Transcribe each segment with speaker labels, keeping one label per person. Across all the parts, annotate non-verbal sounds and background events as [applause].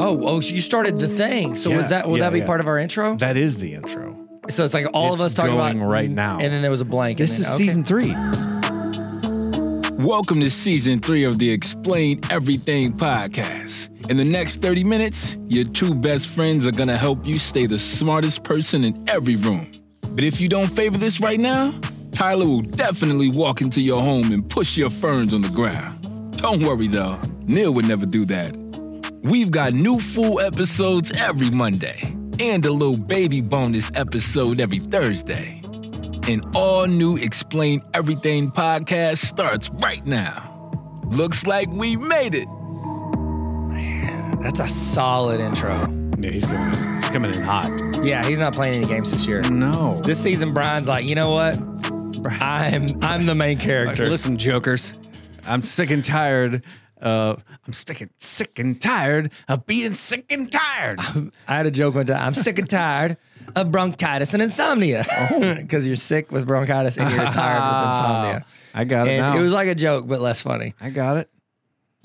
Speaker 1: Oh, oh, you started the thing. So
Speaker 2: Yeah,
Speaker 1: was that will
Speaker 2: yeah,
Speaker 1: that be
Speaker 2: yeah.
Speaker 1: part of our intro?
Speaker 2: That is the intro.
Speaker 1: so it's like all
Speaker 2: It's
Speaker 1: of us talking
Speaker 2: going
Speaker 1: about
Speaker 2: right now.
Speaker 1: and then there was a blank.
Speaker 2: This
Speaker 1: and
Speaker 2: is
Speaker 1: then, okay.
Speaker 2: season three.
Speaker 3: Welcome to season three of the Explain Everything podcast. In the next 30 minutes, your two best friends are going to help you stay the smartest person in every room. But if you don't favor this right now, Tyler will definitely walk into your home and push your ferns on the ground. Don't worry though, Neil would never do that. We've got new full episodes every Monday and a little baby bonus episode every Thursday. An all new Explain Everything podcast starts right now. Looks like we made it.
Speaker 1: That's a solid intro.
Speaker 2: Yeah, he's coming. In. He's coming in hot.
Speaker 1: Yeah, he's not playing any games this year.
Speaker 2: No.
Speaker 1: This season, Brian's like, you know what? I'm I'm the main
Speaker 2: Like,
Speaker 1: character.
Speaker 2: listen, jokers. I'm sick and tired. Uh, I'm sick and sick and tired of being sick and [laughs] tired.
Speaker 1: I had a joke one time. I'm sick and tired of bronchitis and insomnia [laughs]
Speaker 2: Oh.
Speaker 1: because you're sick with bronchitis and you're tired
Speaker 2: [laughs]
Speaker 1: with insomnia.
Speaker 2: Ah. I got it now.
Speaker 1: And it was like a joke, but less funny.
Speaker 2: I got it.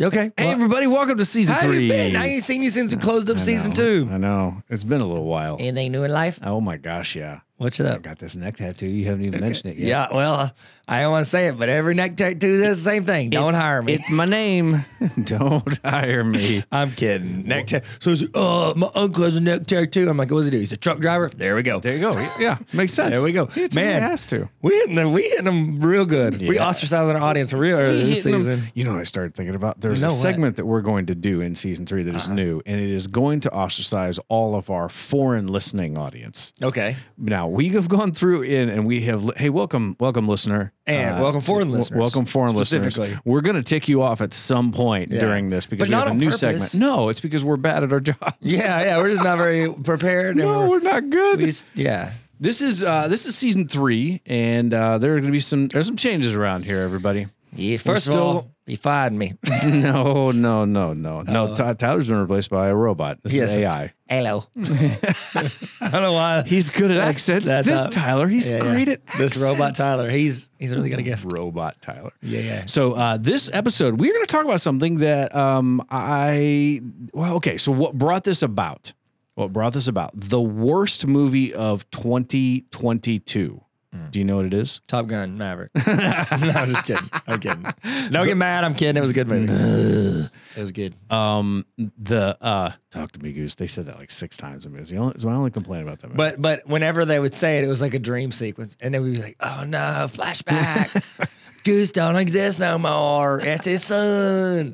Speaker 1: Okay.
Speaker 2: Hey,
Speaker 1: well,
Speaker 2: everybody, welcome to season
Speaker 1: how
Speaker 2: three.
Speaker 1: you been? I ain't seen you since we closed up
Speaker 2: I
Speaker 1: season
Speaker 2: know,
Speaker 1: two.
Speaker 2: I know. It's been a little while.
Speaker 1: Anything new in life?
Speaker 2: Oh my gosh, yeah.
Speaker 1: What's
Speaker 2: I
Speaker 1: up?
Speaker 2: got this neck tattoo. You haven't even mentioned it yet.
Speaker 1: Yeah, well, I don't want to say it, but every neck tattoo does the same thing. Don't
Speaker 2: It's-
Speaker 1: hire me.
Speaker 2: It's my name. [laughs] Don't hire [laughs] me.
Speaker 1: I'm kidding. Neck tattoo. So, it's, uh, my uncle has a neck tattoo. I'm like, what does he do? He's a truck driver. There we go.
Speaker 2: There you go. Yeah, makes sense.
Speaker 1: There we go.
Speaker 2: It's
Speaker 1: Man.
Speaker 2: man has to.
Speaker 1: We hitting them. We hitting them real good. We
Speaker 2: Yeah.
Speaker 1: ostracizing our audience real early this season.
Speaker 2: You know, what I started thinking about there's
Speaker 1: You
Speaker 2: a
Speaker 1: know what?
Speaker 2: segment that we're going to do in season three that is new, and it is going to ostracize all of our foreign listening audience. [laughs]
Speaker 1: Okay.
Speaker 2: Now we have gone through in, and we have hey, welcome, welcome, listener, Uh,
Speaker 1: And welcome foreign
Speaker 2: w-
Speaker 1: listeners,
Speaker 2: welcome foreign listeners.
Speaker 1: specifically.
Speaker 2: We're going to tick you off at some point during this because
Speaker 1: But
Speaker 2: we
Speaker 1: not
Speaker 2: have a
Speaker 1: on
Speaker 2: new
Speaker 1: purpose.
Speaker 2: segment. No, it's because we're bad at our jobs.
Speaker 1: [laughs] Yeah, yeah. We're just not very prepared. And
Speaker 2: [laughs] no,
Speaker 1: we're,
Speaker 2: we're not good.
Speaker 1: we just- yeah.
Speaker 2: This is uh, this is season three, and uh, there are going to be some there's some changes around here, everybody.
Speaker 1: yeah. First of
Speaker 2: still-
Speaker 1: all, you fired [laughs] me.
Speaker 2: no, no, no, no, no. Ty Tyler's been replaced by a robot. This
Speaker 1: Yes.
Speaker 2: is AI.
Speaker 1: Hello. [laughs] I don't know why.
Speaker 2: He's good at accents.
Speaker 1: that's
Speaker 2: this
Speaker 1: how-
Speaker 2: Tyler, he's
Speaker 1: Yeah, yeah.
Speaker 2: great at
Speaker 1: this robot
Speaker 2: accents.
Speaker 1: Tyler. He's he's really gonna get.
Speaker 2: Robot Tyler.
Speaker 1: Yeah, yeah.
Speaker 2: So uh, this episode, we're going to talk about something that um, I well, okay. So what brought this about? What brought this about? The worst movie of 2022.
Speaker 1: Hmm.
Speaker 2: Do you know what it is?
Speaker 1: Top Gun [laughs] Maverick. no, I'm just kidding. I'm kidding. Don't get mad. I'm kidding. It was a good movie. Uh, it was good.
Speaker 2: Um, the uh, talk to me, Goose. They said that like six times. I mean, it's the only, it's my only complaint about that movie.
Speaker 1: But but whenever they would say it, it was like a dream sequence, and then we'd be like, "Oh no, [laughs] flashback! Goose don't exist no more. It's his son."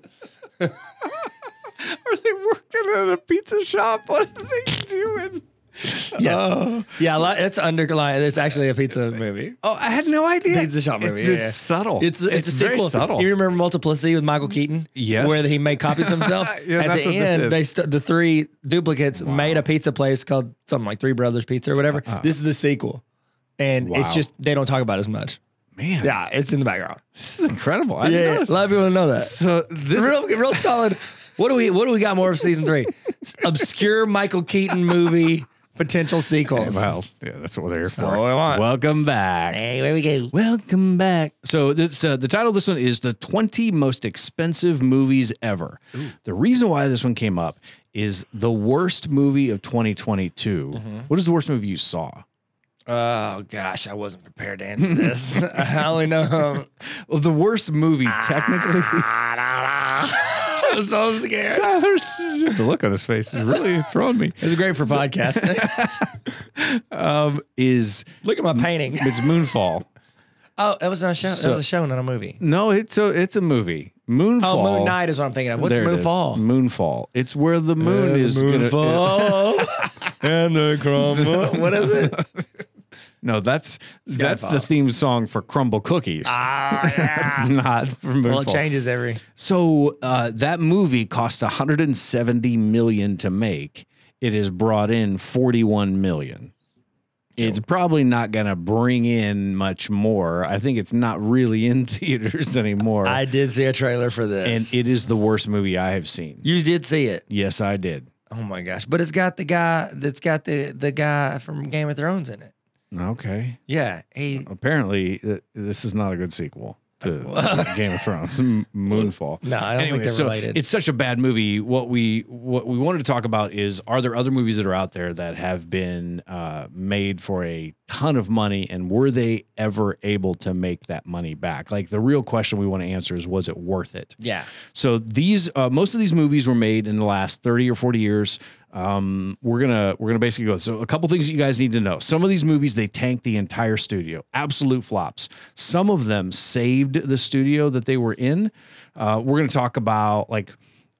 Speaker 2: are they working at a pizza shop? [laughs] What are they doing?
Speaker 1: Yes, Oh. yeah, a lot, it's underlying. It's actually a pizza movie.
Speaker 2: Oh, I had no idea.
Speaker 1: Pizza shop movie.
Speaker 2: It's,
Speaker 1: yeah,
Speaker 2: it's
Speaker 1: yeah.
Speaker 2: subtle.
Speaker 1: It's it's, a
Speaker 2: very
Speaker 1: sequel.
Speaker 2: subtle.
Speaker 1: You remember Multiplicity with Michael Keaton?
Speaker 2: Yes.
Speaker 1: where he made copies of himself.
Speaker 2: Yeah,
Speaker 1: At
Speaker 2: that's
Speaker 1: the
Speaker 2: what this
Speaker 1: end,
Speaker 2: is.
Speaker 1: they st- the three duplicates made a pizza place called something like Three Brothers Pizza or whatever. This is the sequel, and
Speaker 2: Wow.
Speaker 1: it's just they don't talk about it as much.
Speaker 2: Man,
Speaker 1: Yeah, it's in the background.
Speaker 2: this is incredible. I didn't
Speaker 1: Yeah,
Speaker 2: know
Speaker 1: a
Speaker 2: this.
Speaker 1: lot of people don't know that.
Speaker 2: So this
Speaker 1: real, real solid. What do we What do we got more of season three? S- Obscure Michael Keaton movie potential sequels.
Speaker 2: well, yeah, that's what they're for.
Speaker 1: what we want.
Speaker 2: Welcome back.
Speaker 1: Hey, where we go?
Speaker 2: Welcome back. So this uh, the title of this one is the 20 most expensive movies ever. The reason why this one came up is the worst movie of 2022. What is the worst movie you saw?
Speaker 1: Oh gosh, I wasn't prepared to answer this. I only know.
Speaker 2: Well, the worst movie technically.
Speaker 1: I don't know. [laughs] I'm so scared.
Speaker 2: Tyler's the look on his face is really throwing me.
Speaker 1: It's great for podcasting.
Speaker 2: Um, is
Speaker 1: [laughs] Look at my painting.
Speaker 2: it's Moonfall?
Speaker 1: Oh, that was not a show. that was a show, not a movie.
Speaker 2: No, it's a it's a movie. Moonfall.
Speaker 1: Oh, Moon Knight is what I'm thinking of. What's
Speaker 2: There it
Speaker 1: Moon
Speaker 2: is.
Speaker 1: Fall?
Speaker 2: Moonfall. It's where the moon is. gonna-
Speaker 1: fall [laughs] and the crumble. [laughs] What is it?
Speaker 2: No, that's that's the theme song for Crumble Cookies.
Speaker 1: Ah, yeah.
Speaker 2: It's not for Moonfall.
Speaker 1: Well, it changes every.
Speaker 2: So uh, that movie cost 170 million to make. It has brought in 41 million. It's probably not going to bring in much more. I think it's not really in [laughs] theaters anymore.
Speaker 1: I did see a trailer for
Speaker 2: and
Speaker 1: this.
Speaker 2: it is the worst movie I have seen.
Speaker 1: you did see it.
Speaker 2: Yes, I did.
Speaker 1: Oh my gosh! But it's got the guy that's got the the guy from Game of Thrones in it.
Speaker 2: Okay.
Speaker 1: Yeah, he.
Speaker 2: Apparently, th- this is not a good sequel. to [laughs] Game of Thrones, M- Moonfall.
Speaker 1: No, I don't think they're related.
Speaker 2: It's such a bad movie. What we what we wanted to talk about is: Are there other movies that are out there that have been uh, made for a ton of money, and were they ever able to make that money back? Like the real question we want to answer is: Was it worth it?
Speaker 1: Yeah.
Speaker 2: So these uh, most of these movies were made in the last 30 or 40 years. Um, we're gonna we're gonna basically go. So a couple things that you guys need to know. Some of these movies they tanked the entire studio, absolute flops. Some of them saved the studio that they were in. Uh, we're gonna talk about like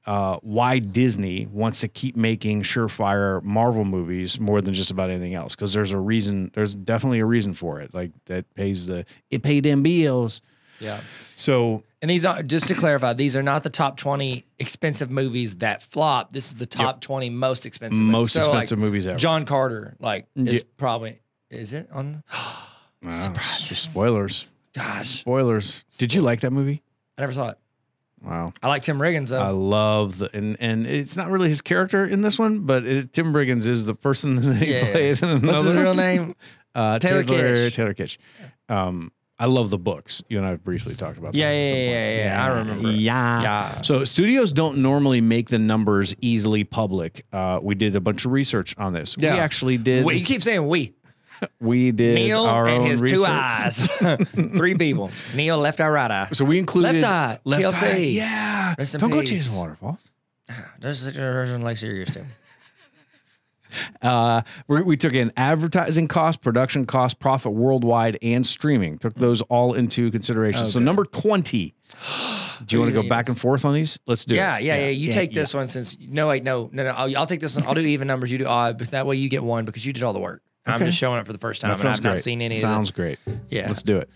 Speaker 2: uh, why Disney wants to keep making surefire Marvel movies more than just about anything else. Because there's a reason. There's definitely a reason for it. Like that pays the it paid them bills.
Speaker 1: Yeah.
Speaker 2: So
Speaker 1: And these are just to clarify, these are not the top 20 expensive movies that flop. This is the top 20 most expensive movies.
Speaker 2: most
Speaker 1: So, like,
Speaker 2: expensive movies ever. Mm,
Speaker 1: John Carter, like, is
Speaker 2: Yeah.
Speaker 1: probably is it on
Speaker 2: [gasps]
Speaker 1: the, [gasps]
Speaker 2: Wow, s- spoilers.
Speaker 1: gosh.
Speaker 2: Spoilers. Did you like that movie?
Speaker 1: I never saw it.
Speaker 2: Wow.
Speaker 1: I like Tim Riggins
Speaker 2: I
Speaker 1: though.
Speaker 2: love the and and it's not really his character in this one, but it, Tim Briggins is the person [laughs] that he
Speaker 1: Yeah.
Speaker 2: played in another
Speaker 1: What's his real
Speaker 2: one. [laughs]
Speaker 1: name?
Speaker 2: Uh, Taylor,
Speaker 1: Taylor
Speaker 2: Taylor Kitsch.
Speaker 1: Kitsch.
Speaker 2: Um, I love the books. You and I have briefly talked about.
Speaker 1: Yeah,
Speaker 2: that at
Speaker 1: yeah,
Speaker 2: some
Speaker 1: yeah,
Speaker 2: point.
Speaker 1: yeah, yeah. I remember.
Speaker 2: Yeah.
Speaker 1: Yeah.
Speaker 2: So studios don't normally make the numbers easily public. Uh, we did a bunch of research on this.
Speaker 1: Yeah.
Speaker 2: We actually did.
Speaker 1: Wait, you keep saying we.
Speaker 2: we did
Speaker 1: Neil
Speaker 2: our
Speaker 1: and
Speaker 2: own
Speaker 1: his
Speaker 2: research.
Speaker 1: two eyes.
Speaker 2: [laughs]
Speaker 1: [laughs] Three people. Neil, left eye, right eye.
Speaker 2: So we included
Speaker 1: Left Eye, TLC.
Speaker 2: yeah.
Speaker 1: Rest in
Speaker 2: Don't go
Speaker 1: peace.
Speaker 2: chasing waterfalls.
Speaker 1: There's such a version like serious too.
Speaker 2: Uh, we, we took in advertising cost, production cost, profit worldwide, and streaming. Took those all into consideration. So number twenty. Do you want to go back and forth on these? Let's do
Speaker 1: Yeah,
Speaker 2: it.
Speaker 1: yeah, yeah. You take
Speaker 2: yeah.
Speaker 1: this one since no, wait, no, no, no. I'll, I'll take this one. I'll do even numbers. You do odd, but that way you get one because you did all the work. I'm
Speaker 2: Okay.
Speaker 1: just showing up for the first time,
Speaker 2: That
Speaker 1: and
Speaker 2: sounds
Speaker 1: I've
Speaker 2: great.
Speaker 1: not seen any.
Speaker 2: sounds great.
Speaker 1: Yeah.
Speaker 2: Let's do it.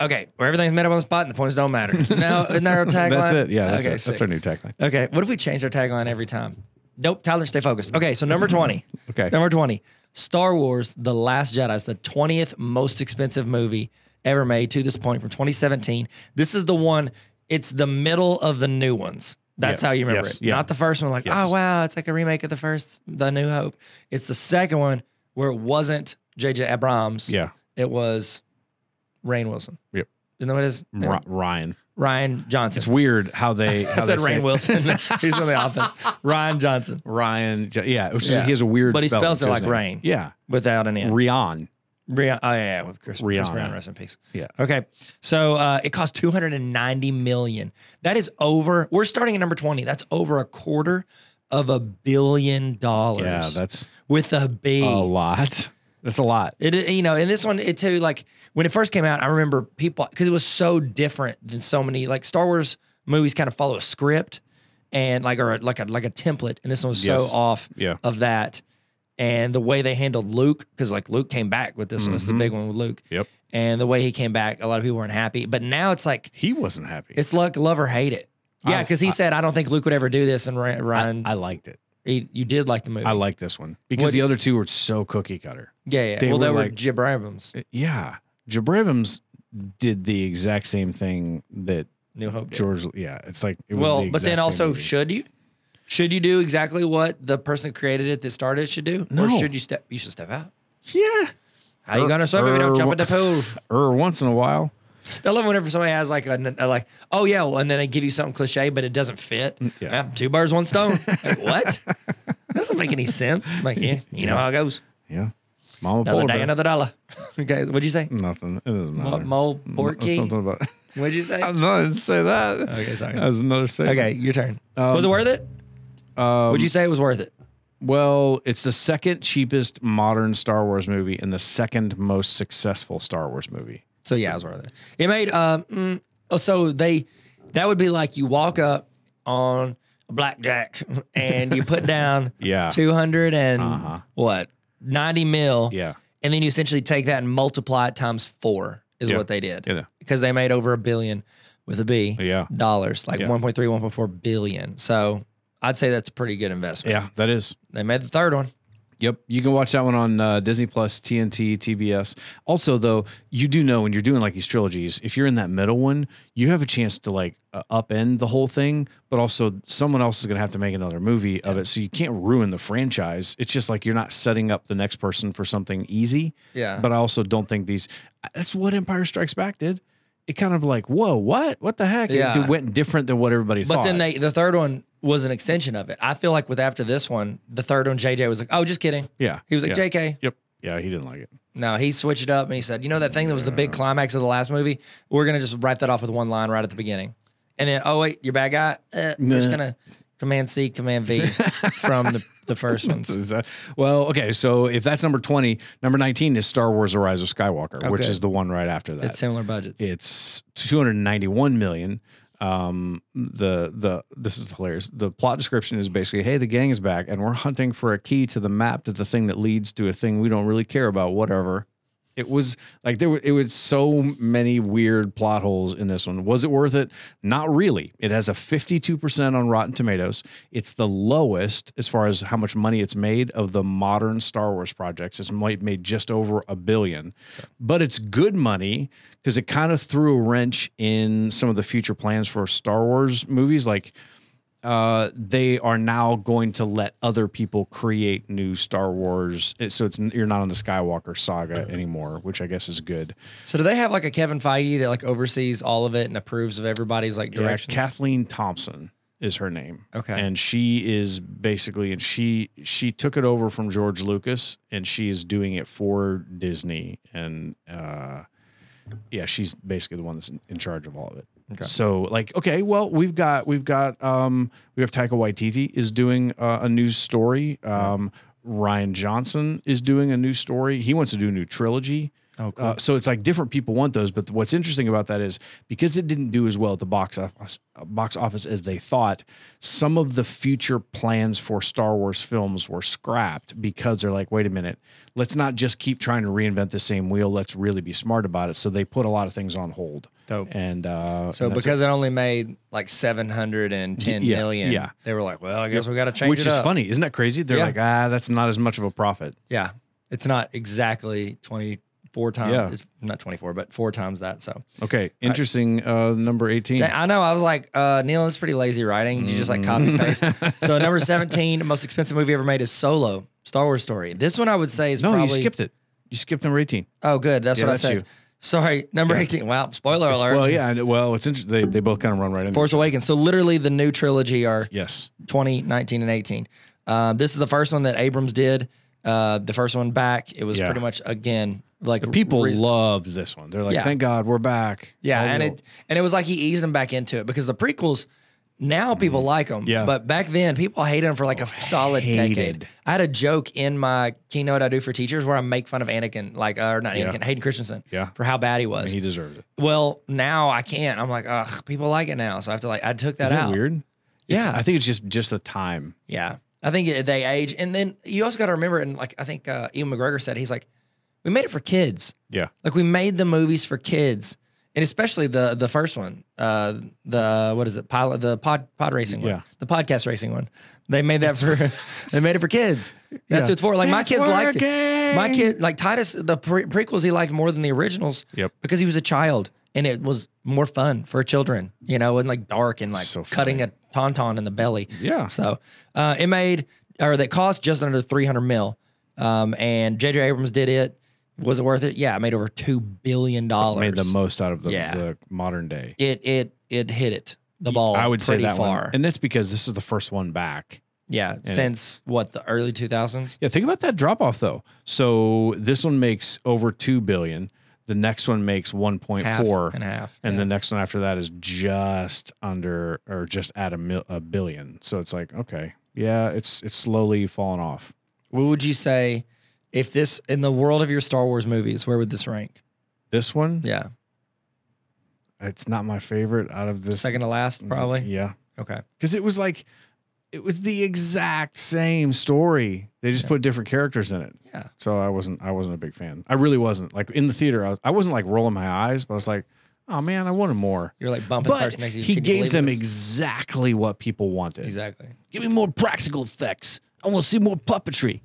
Speaker 1: Of the, okay, where everything's made up on the spot and the points don't
Speaker 2: [laughs]
Speaker 1: matter. no, isn't that our tagline?
Speaker 2: That's it. Yeah. That's,
Speaker 1: okay,
Speaker 2: it.
Speaker 1: sick.
Speaker 2: that's our new tagline.
Speaker 1: Okay, what if we changed our tagline every time? Nope, Tyler, stay focused. Okay, so number 20.
Speaker 2: [laughs] Okay.
Speaker 1: Number 20. Star Wars The Last Jedi is the 20th most expensive movie ever made to this point from 2017. This is the one, it's the middle of the new ones. That's
Speaker 2: Yeah.
Speaker 1: how you remember
Speaker 2: Yes.
Speaker 1: it.
Speaker 2: Yeah.
Speaker 1: Not the first one, like,
Speaker 2: Yes.
Speaker 1: oh, wow, it's like a remake of the first, The New Hope. It's the second one where it wasn't J.J. Abrams.
Speaker 2: Yeah.
Speaker 1: It was Rain Wilson.
Speaker 2: Yep.
Speaker 1: You know what it is?
Speaker 2: Ri- Ryan.
Speaker 1: Ryan Johnson.
Speaker 2: It's weird how they.
Speaker 1: [laughs]
Speaker 2: How
Speaker 1: I said
Speaker 2: they say
Speaker 1: Rain
Speaker 2: it.
Speaker 1: Wilson. [laughs]
Speaker 2: [laughs]
Speaker 1: He's from the office. Ryan Johnson
Speaker 2: Ryan. Jo- Yeah. It was just-
Speaker 1: Yeah.
Speaker 2: He has a weird.
Speaker 1: But he
Speaker 2: spelling
Speaker 1: spells it
Speaker 2: to his
Speaker 1: like
Speaker 2: name.
Speaker 1: Rain.
Speaker 2: Yeah.
Speaker 1: without an N.
Speaker 2: Rion.
Speaker 1: Rihanna. Oh yeah, yeah, with Chris, Chris
Speaker 2: Rihanna.
Speaker 1: Brown, rest in peace.
Speaker 2: Yeah.
Speaker 1: Okay, so uh, it cost 290 million. That is over. We're starting at number 20. That's over a quarter of a billion dollars.
Speaker 2: Yeah. That's
Speaker 1: with a B.
Speaker 2: a lot. That's a lot.
Speaker 1: It you know, and this one it too like when it first came out, I remember people because it was so different than so many like Star Wars movies kind of follow a script and like or like a like a template, and this one was
Speaker 2: Yes.
Speaker 1: so off
Speaker 2: Yeah.
Speaker 1: of that. And the way they handled Luke, because like Luke came back with this one, this is the
Speaker 2: Mhm.
Speaker 1: big one with Luke.
Speaker 2: Yep.
Speaker 1: And the way he came back, a lot of people weren't happy. But now it's like
Speaker 2: He wasn't happy.
Speaker 1: it's like love or hate it. Yeah,
Speaker 2: I-
Speaker 1: because he
Speaker 2: I-
Speaker 1: said I don't think Luke would ever do this, and Ry- Ryan,
Speaker 2: I, I liked it.
Speaker 1: he, you did like the movie.
Speaker 2: I like this one because
Speaker 1: What-
Speaker 2: the other two were so cookie cutter.
Speaker 1: yeah, yeah.
Speaker 2: they
Speaker 1: well, they
Speaker 2: were
Speaker 1: were
Speaker 2: like-
Speaker 1: Jib Abrams,
Speaker 2: Uh, Yeah, Jabrabham's did the exact same thing that
Speaker 1: New Hope. did.
Speaker 2: George. Yeah, it's like it was.
Speaker 1: Well,
Speaker 2: the
Speaker 1: but then
Speaker 2: exact same
Speaker 1: also,
Speaker 2: movie.
Speaker 1: should you? Should you do exactly what the person who created it that started it should do,
Speaker 2: No.
Speaker 1: or should you step? You should step out.
Speaker 2: yeah,
Speaker 1: How you gonna swim if you don't
Speaker 2: er,
Speaker 1: jump in the pool?
Speaker 2: or Er, once in a while.
Speaker 1: I love whenever somebody has like a, a like, oh yeah, well, and then they give you something cliche, but it doesn't fit.
Speaker 2: Mm, yeah.
Speaker 1: Yeah, two birds, one stone. Like, what? That doesn't make any sense. I'm like, yeah, you know how it goes.
Speaker 2: Yeah, Mama
Speaker 1: Another
Speaker 2: Polar
Speaker 1: day,
Speaker 2: Bear.
Speaker 1: another dollar. [laughs] okay, what'd you say?
Speaker 2: Nothing. It doesn't
Speaker 1: Mo-
Speaker 2: matter.
Speaker 1: Mole porky.
Speaker 2: Mm. Something about. [laughs]
Speaker 1: What'd you say?
Speaker 2: I'm not gonna say that.
Speaker 1: Okay, sorry.
Speaker 2: That was another statement.
Speaker 1: Okay, your turn.
Speaker 2: Um,
Speaker 1: was it worth it?
Speaker 2: Um,
Speaker 1: Would you say it was worth it?
Speaker 2: Well, it's the second cheapest modern Star Wars movie and the second most successful Star Wars movie.
Speaker 1: So yeah, it was worth it. It made um mm, oh, so they that would be like you walk up on a blackjack [laughs] and you put down
Speaker 2: [laughs] Yeah.
Speaker 1: two hundred and
Speaker 2: Uh-huh.
Speaker 1: what ninety mil
Speaker 2: Yeah.
Speaker 1: and then you essentially take that and multiply it times four is
Speaker 2: Yeah.
Speaker 1: what they did
Speaker 2: Yeah.
Speaker 1: because they made over a billion with a B
Speaker 2: Yeah.
Speaker 1: dollars like
Speaker 2: Yeah.
Speaker 1: 1.3 1.4 billion so I'd say that's a pretty good investment
Speaker 2: Yeah, that is.
Speaker 1: they made the third one
Speaker 2: Yep, you can watch that one on uh, Disney Plus, TNT, TBS. Also, though, you do know when you're doing like these trilogies, if you're in that middle one, you have a chance to like uh, upend the whole thing, but also someone else is going to have to make another movie of it, so you can't ruin the franchise. It's just like you're not setting up the next person for something easy.
Speaker 1: yeah
Speaker 2: uh, But I also don't think these. That's what Empire Strikes Back did. it kind of like, whoa, what? What the heck?
Speaker 1: Yeah.
Speaker 2: It went different than what everybody
Speaker 1: But
Speaker 2: thought.
Speaker 1: then they the third one was an extension of it. I feel like with after this one, the third one, JJ was like, "Oh, just kidding."
Speaker 2: yeah,
Speaker 1: He was like,
Speaker 2: yeah.
Speaker 1: "JK."
Speaker 2: yep, yeah, he didn't like it.
Speaker 1: No, he switched it up and he said, "You know that thing that was the big climax of the last movie? We're gonna just write that off with one line right at the beginning." And then, oh wait, you're a bad guy. Eh, We're just
Speaker 2: Nah.
Speaker 1: gonna command C, command V from the, the first ones.
Speaker 2: [laughs] Is that- well, okay, so if that's number twenty, number nineteen is Star Wars: The Rise of Skywalker,
Speaker 1: Oh,
Speaker 2: which
Speaker 1: good.
Speaker 2: is the one right after that.
Speaker 1: It's similar budgets.
Speaker 2: It's 291 million. Um, the the this is hilarious. The plot description is basically, hey, the gang is back, and we're hunting for a key to the map to the thing that leads to a thing we don't really care about. Whatever. It was like there were it was so many weird plot holes in this one. Was it worth it? Not really. It has a 52% on Rotten Tomatoes. It's the lowest as far as how much money it's made of the modern Star Wars projects. It's ma- made just over a billion. But it's good money because it kind of threw a wrench in some of the future plans for Star Wars movies. Like uh, they are now going to let other people create new Star Wars. It- So it's you're not on the Skywalker saga anymore, which I guess is good.
Speaker 1: So do they have like a Kevin Feige that like oversees all of it and approves of everybody's like
Speaker 2: Yeah,
Speaker 1: directions?
Speaker 2: Kathleen Thompson is her name.
Speaker 1: Okay.
Speaker 2: And she is basically and she she took it over from George Lucas and she is doing it for Disney and uh yeah, she's basically the one that's in, in charge of all of it.
Speaker 1: Okay.
Speaker 2: So like okay, well, we've got we've got um we have Taika Waititi is doing uh, a new story. Um Ryan Johnson is doing a new story. He wants to do a new trilogy.
Speaker 1: oh, cool.
Speaker 2: Uh, so it's like different people want those, but what's interesting about that is because it didn't do as well at the box office, uh, box office as they thought. Some of the future plans for Star Wars films were scrapped because they're like, wait a minute, let's not just keep trying to reinvent the same wheel. Let's really be smart about it. So they put a lot of things on hold.
Speaker 1: Dope.
Speaker 2: And uh,
Speaker 1: so
Speaker 2: and that's
Speaker 1: because it only made like seven hundred and ten
Speaker 2: Yeah,
Speaker 1: million,
Speaker 2: yeah.
Speaker 1: they were like, well, I guess we got to
Speaker 2: it.
Speaker 1: change
Speaker 2: which
Speaker 1: it
Speaker 2: is
Speaker 1: up.
Speaker 2: funny, isn't that crazy? They're
Speaker 1: Yeah.
Speaker 2: like, ah, that's not as much of a profit.
Speaker 1: Yeah, it's not exactly twenty four times.
Speaker 2: Yeah.
Speaker 1: It's not twenty four, but four times that. So
Speaker 2: Okay, interesting. Uh, number eighteen.
Speaker 1: Dang, I know. I was like, uh, Neil, it's pretty lazy writing. You just like
Speaker 2: Mm-hmm.
Speaker 1: copy and paste.
Speaker 2: [laughs]
Speaker 1: so number seventeen, the most expensive movie ever made is Solo, Star Wars story. This one I would say is
Speaker 2: no,
Speaker 1: probably.
Speaker 2: you skipped it. You skipped number eighteen.
Speaker 1: Oh, good. That's
Speaker 2: Yeah,
Speaker 1: what
Speaker 2: that's
Speaker 1: I said.
Speaker 2: you.
Speaker 1: Sorry, number eighteen. Wow, spoiler alert.
Speaker 2: Well, yeah. and- Well, it's interesting. They, they both kind of run right into.
Speaker 1: Force Awakens. So literally, the new trilogy are
Speaker 2: Yes.
Speaker 1: 20, 19, and 18. Uh, this is the first one that Abrams did. Uh, the first one back, it was
Speaker 2: Yeah.
Speaker 1: pretty much again like
Speaker 2: People
Speaker 1: re-
Speaker 2: loved this one. They're like,
Speaker 1: Yeah.
Speaker 2: thank God we're back.
Speaker 1: yeah,
Speaker 2: All
Speaker 1: and
Speaker 2: the-
Speaker 1: it and it was like he eased them back into it because the prequels now people like them,
Speaker 2: Mm-hmm. Yeah. Oh,
Speaker 1: but back then people hated them for like a solid decade.
Speaker 2: hated.
Speaker 1: I had a joke in my keynote I do for teachers where I make fun of Anakin, like uh, or not
Speaker 2: Yeah.
Speaker 1: Anakin, Hayden Christensen,
Speaker 2: Yeah.
Speaker 1: for how bad he was.
Speaker 2: he deserved it.
Speaker 1: well, now I can't. I'm like, ugh, people like it now, so I have to like I took that
Speaker 2: Isn't
Speaker 1: out.
Speaker 2: that weird? It's-
Speaker 1: Yeah.
Speaker 2: I think it's just just the time.
Speaker 1: Yeah. I think it- they age. And then you also got to remember, and like I think uh, Ian McGregor said, he's like, we made it for kids.
Speaker 2: Yeah.
Speaker 1: Like we made the movies for kids. And especially the the first one, uh, the what is it, pilot, the pod pod racing one,
Speaker 2: Yeah.
Speaker 1: the podcast racing one. They made that for [laughs] they made it for kids. That's
Speaker 2: Yeah.
Speaker 1: what it's for. Like my
Speaker 2: It's
Speaker 1: kids liked it. My
Speaker 2: working.
Speaker 1: kid like Titus the pre- prequels he liked more than the originals.
Speaker 2: Yep.
Speaker 1: Because he was a child and it was more fun for children, you know, and like dark and like
Speaker 2: So
Speaker 1: cutting a tauntaun in the belly.
Speaker 2: Yeah.
Speaker 1: So uh, it made or that cost just under 300 mil. Um, and JJ Abrams did it. Was it worth it? Yeah, it made over two billion dollars.
Speaker 2: Made the most out of the,
Speaker 1: Yeah.
Speaker 2: the modern day.
Speaker 1: it it it hit it the ball.
Speaker 2: I would say
Speaker 1: pretty
Speaker 2: that
Speaker 1: far.
Speaker 2: one. And that's because this is the first one back.
Speaker 1: yeah, since what the early 2000s.
Speaker 2: Yeah, think about that drop off though. So this one makes over two billion. The next one makes one point
Speaker 1: Half
Speaker 2: four.
Speaker 1: and a half.
Speaker 2: And
Speaker 1: yeah.
Speaker 2: the next one after that is just under or just at a, mil, a billion. So it's like, okay, yeah, it's it's slowly falling off.
Speaker 1: what would you say if this in the world of your Star Wars movies? Where would this rank?
Speaker 2: This one,
Speaker 1: Yeah,
Speaker 2: it's not my favorite out of this.
Speaker 1: second to last, probably.
Speaker 2: Mm, Yeah.
Speaker 1: Okay.
Speaker 2: Because it was like, it was the exact same story. They just put different characters in it.
Speaker 1: Yeah.
Speaker 2: So I wasn't, I wasn't a big fan. I really wasn't. Like in the theater, I, was, I wasn't like rolling my eyes, but I was like, oh man, I wanted more.
Speaker 1: You're like bumping the
Speaker 2: But
Speaker 1: person next to you.
Speaker 2: he
Speaker 1: Can you
Speaker 2: gave
Speaker 1: believe
Speaker 2: them
Speaker 1: this?
Speaker 2: exactly what people wanted.
Speaker 1: exactly.
Speaker 2: Give me more practical effects. I want to see more puppetry,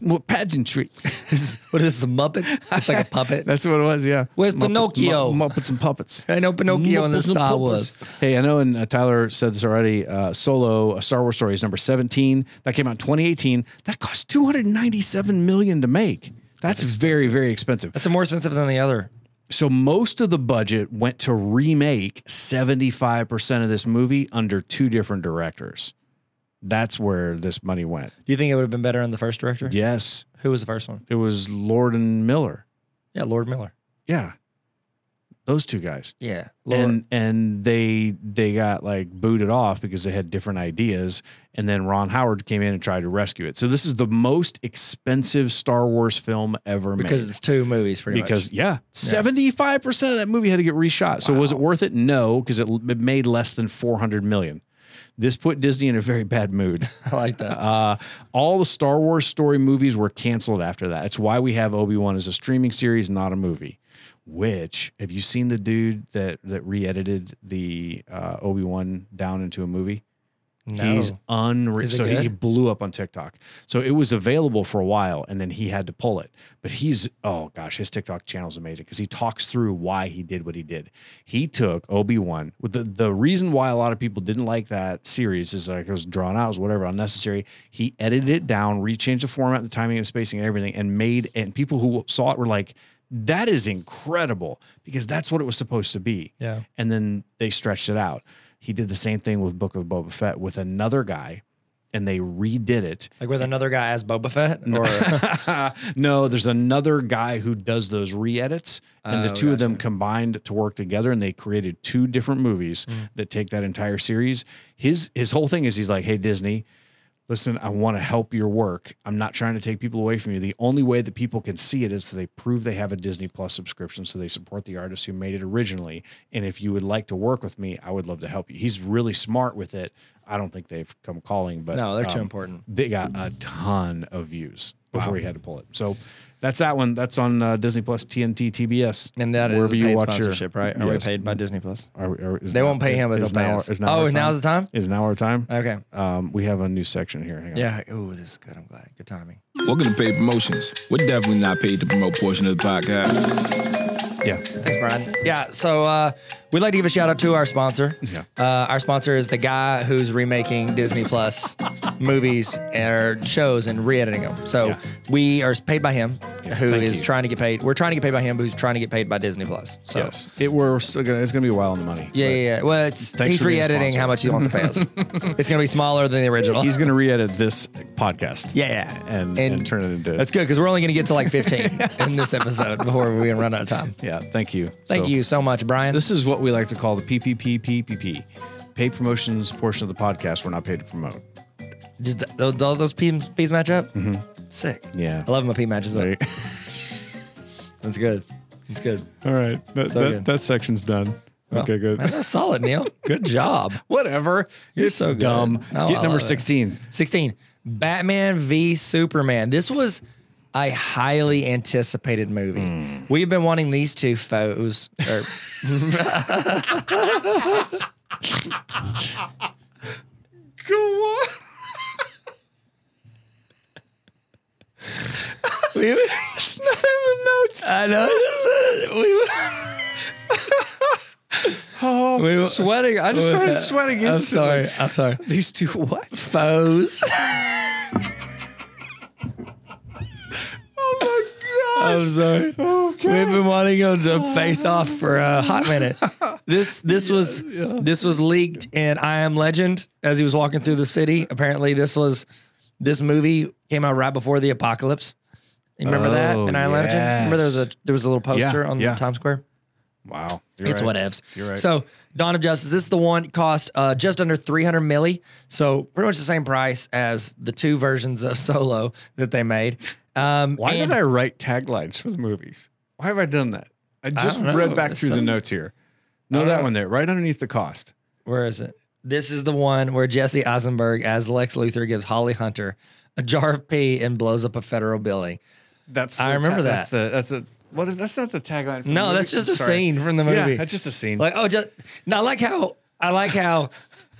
Speaker 2: more pageantry. [laughs]
Speaker 1: What is this? A Muppet? It's like a puppet.
Speaker 2: That's what it was. Yeah.
Speaker 1: Where's
Speaker 2: Muppets-
Speaker 1: Pinocchio?
Speaker 2: Mu- Muppets and puppets.
Speaker 1: I know Pinocchio and the
Speaker 2: Muppets and
Speaker 1: Star
Speaker 2: Puppets.
Speaker 1: Wars.
Speaker 2: Hey, I know, and uh, Tyler said this already. Uh, Solo, a Star Wars story, is number seventeen. That came out in 2018. That cost 297 million to make. That's, very, very expensive.
Speaker 1: That's a more expensive than the other
Speaker 2: So most of the budget went to remake 75% of this movie under two different directors. That's where this money went.
Speaker 1: Do you think it would have been better on the first director?
Speaker 2: Yes,
Speaker 1: Who was the first one?
Speaker 2: it was Lord and Miller.
Speaker 1: Yeah, Lord Miller.
Speaker 2: Yeah. Those two guys.
Speaker 1: Yeah, Lord.
Speaker 2: And and they they got like booted off because they had different ideas and then Ron Howard came in and tried to rescue it. So this is the most expensive Star Wars film ever made.
Speaker 1: because it's two movies, pretty
Speaker 2: because
Speaker 1: much.
Speaker 2: yeah, seventy five percent of that movie had to get reshot. So was it worth it? No, because it, it made less than four hundred million. This put Disney in a very bad mood.
Speaker 1: [laughs] I like that.
Speaker 2: [laughs] Uh, all the Star Wars story movies were canceled after that. It's why we have Obi Wan as a streaming series, not a movie. Which have you seen the dude that that re-edited the uh, Obi Wan down into a movie?
Speaker 1: No.
Speaker 2: He's unreal.
Speaker 1: Is it
Speaker 2: So he,
Speaker 1: good?
Speaker 2: he blew up on TikTok. So it was available for a while, and then he had to pull it. But he's oh gosh, his TikTok channel is amazing because he talks through why he did what he did. He took Obi Wan. The the reason why a lot of people didn't like that series is like it was drawn out, it was whatever, unnecessary. He edited it down, rechanged the format, the timing, and spacing, and everything, and made and people who saw it were like. That is incredible because that's what it was supposed to be
Speaker 1: yeah.
Speaker 2: and then they stretched it out. He did the same thing with Book of Boba Fett with another guy, and they redid it.
Speaker 1: Like with another guy as Boba Fett, [laughs]
Speaker 2: [laughs]
Speaker 1: or
Speaker 2: no, there's another guy who does those re-edits, and the
Speaker 1: Oh,
Speaker 2: two of them combined to work together, and they created two different movies
Speaker 1: Mm.
Speaker 2: that take that entire series. His his whole thing is he's like, "Hey Disney, listen, I want to help your work. I'm not trying to take people away from you. The only way that people can see it is that they prove they have a Disney Plus subscription, so they support the artist who made it originally. And if you would like to work with me, I would love to help you. He's really smart with it. I don't think they've come calling, but
Speaker 1: no, they're too
Speaker 2: um,
Speaker 1: important.
Speaker 2: they got a ton of views before he had to pull it. So that's that one. That's on uh, Disney Plus, TNT, TBS.
Speaker 1: And that is
Speaker 2: wherever
Speaker 1: a
Speaker 2: you
Speaker 1: paid
Speaker 2: watch your-
Speaker 1: sponsorship, right? Are
Speaker 2: Yes.
Speaker 1: we paid by Disney Plus?
Speaker 2: Are we- are- is
Speaker 1: They
Speaker 2: now-
Speaker 1: won't pay
Speaker 2: is-
Speaker 1: him, but they'll
Speaker 2: is
Speaker 1: pay
Speaker 2: now,
Speaker 1: us.
Speaker 2: Is now
Speaker 1: oh,
Speaker 2: our
Speaker 1: is
Speaker 2: time?
Speaker 1: now's the time?
Speaker 2: Is now our time?
Speaker 1: Okay.
Speaker 2: Um, we have a new section here. Hang on.
Speaker 1: Yeah. Oh, this is good. I'm glad. Good timing.
Speaker 3: Welcome to Paid Promotions. We're definitely not paid to promote portion of the podcast.
Speaker 2: Yeah.
Speaker 1: Thanks, Brian. Yeah. So uh, we'd like to give a shout out to our sponsor.
Speaker 2: Yeah.
Speaker 1: Uh, our sponsor is the guy who's remaking Disney
Speaker 2: [laughs]
Speaker 1: Plus movies or shows and re-editing them. So
Speaker 2: Yeah.
Speaker 1: we are paid by him,
Speaker 2: Yes,
Speaker 1: who
Speaker 2: thank
Speaker 1: is
Speaker 2: you.
Speaker 1: trying to get paid. We're trying to get paid by him, but who's trying to get paid by Disney Plus. So.
Speaker 2: Yes. It we're still gonna, it's gonna be a while on the money.
Speaker 1: Yeah, yeah, yeah. Well, it's,
Speaker 2: Thanks
Speaker 1: he's
Speaker 2: for being a
Speaker 1: re-editing how much he wants to pay us.
Speaker 2: [laughs]
Speaker 1: it's gonna be smaller than the original.
Speaker 2: but He's gonna re-edit this
Speaker 1: [laughs]
Speaker 2: podcast.
Speaker 1: yeah, yeah.
Speaker 2: And, and, turn it into.
Speaker 1: That's good because we're only gonna get to like
Speaker 2: [laughs]
Speaker 1: 15 in this episode before we run out of time.
Speaker 2: yeah. Thank you.
Speaker 1: Thank
Speaker 2: So
Speaker 1: you so much, Brian.
Speaker 2: This is what we like to call the PPPPPP. Pay promotions portion of the podcast. We're not paid to promote.
Speaker 1: Did th- those, all those P's, P's match up? Mm-hmm. Sick.
Speaker 2: Yeah.
Speaker 1: I love my P matches. Up. [laughs]
Speaker 2: Right.
Speaker 1: That's good. That's good.
Speaker 2: All right. That,
Speaker 1: So
Speaker 2: that,
Speaker 1: good.
Speaker 2: that section's done. okay, good.
Speaker 1: Man, that was solid, Neil. Good job.
Speaker 2: [laughs] Whatever. You're
Speaker 1: so good.
Speaker 2: dumb.
Speaker 1: No, I
Speaker 2: Get number
Speaker 1: love it.
Speaker 2: 16.
Speaker 1: 16. Batman v Superman. This was a highly anticipated movie.
Speaker 2: Hmm.
Speaker 1: We've been wanting these two foes. Or
Speaker 2: [laughs] Go on. [laughs] it's not in the notes.
Speaker 1: [laughs] I know. I just said it. We-
Speaker 2: Oh, I'm
Speaker 1: we-
Speaker 2: sweating. I [laughs] just started sweating instantly.
Speaker 1: I'm sorry. I'm sorry.
Speaker 2: These two what?
Speaker 1: [laughs] Foes.
Speaker 2: Oh my
Speaker 1: I'm sorry. We've been wanting them to face off for a hot
Speaker 2: [laughs]
Speaker 1: minute. This this was this was leaked in I Am Legend as he was walking through the city. Apparently, this was this movie came out right before the apocalypse. You remember that
Speaker 2: Oh,
Speaker 1: in I Am Legend? Remember there was a
Speaker 2: yes.
Speaker 1: there was a little poster
Speaker 2: Yeah,
Speaker 1: on
Speaker 2: yeah.
Speaker 1: Times Square.
Speaker 2: Wow.
Speaker 1: it's whatevs.
Speaker 2: You're right.
Speaker 1: So Dawn of Justice. This is the one cost uh, just under 300 milli. So pretty much the same price as the two versions of [laughs] Solo that they made. Um,
Speaker 2: Why
Speaker 1: and-
Speaker 2: did I write taglines for the movies? Why have I done that? I just
Speaker 1: don't know.
Speaker 2: read back
Speaker 1: It's
Speaker 2: through the
Speaker 1: some-
Speaker 2: notes here. No,
Speaker 1: don't
Speaker 2: that
Speaker 1: know.
Speaker 2: one there, right underneath the cost.
Speaker 1: Where is it? This is the one where Jesse Eisenberg as Lex Luthor gives Holly Hunter a jar of pee and blows up a federal building.
Speaker 2: That's
Speaker 1: I
Speaker 2: the
Speaker 1: remember
Speaker 2: That's the that's a what is that's not the tagline. For the
Speaker 1: No,
Speaker 2: movie.
Speaker 1: that's just a
Speaker 2: Sorry.
Speaker 1: scene from the
Speaker 2: Yeah,
Speaker 1: movie.
Speaker 2: that's just a scene.
Speaker 1: like, oh, just now. I like how I like how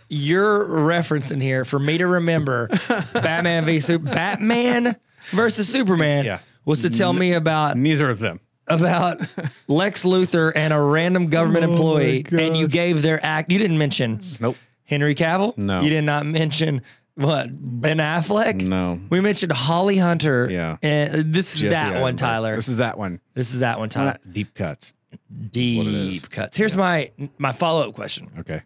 Speaker 1: you're referencing here for me to
Speaker 2: [laughs]
Speaker 1: remember Batman v Super Batman versus Superman
Speaker 2: Yeah.
Speaker 1: was to tell me about
Speaker 2: Neither of them.
Speaker 1: about Lex Luthor and a random government employee, and you gave their act. You didn't mention
Speaker 2: Oh Nope.
Speaker 1: Henry Cavill.
Speaker 2: No.
Speaker 1: you did not mention what Ben Affleck.
Speaker 2: No.
Speaker 1: we mentioned Holly Hunter.
Speaker 2: Yeah.
Speaker 1: and uh, this is
Speaker 2: Jesse
Speaker 1: that one,
Speaker 2: Eisenberg.
Speaker 1: Tyler. Uh,
Speaker 2: This is that one.
Speaker 1: This is that one, Tyler.
Speaker 2: Not deep cuts. what it is.
Speaker 1: deep cuts. Here's my my follow up question.
Speaker 2: Okay.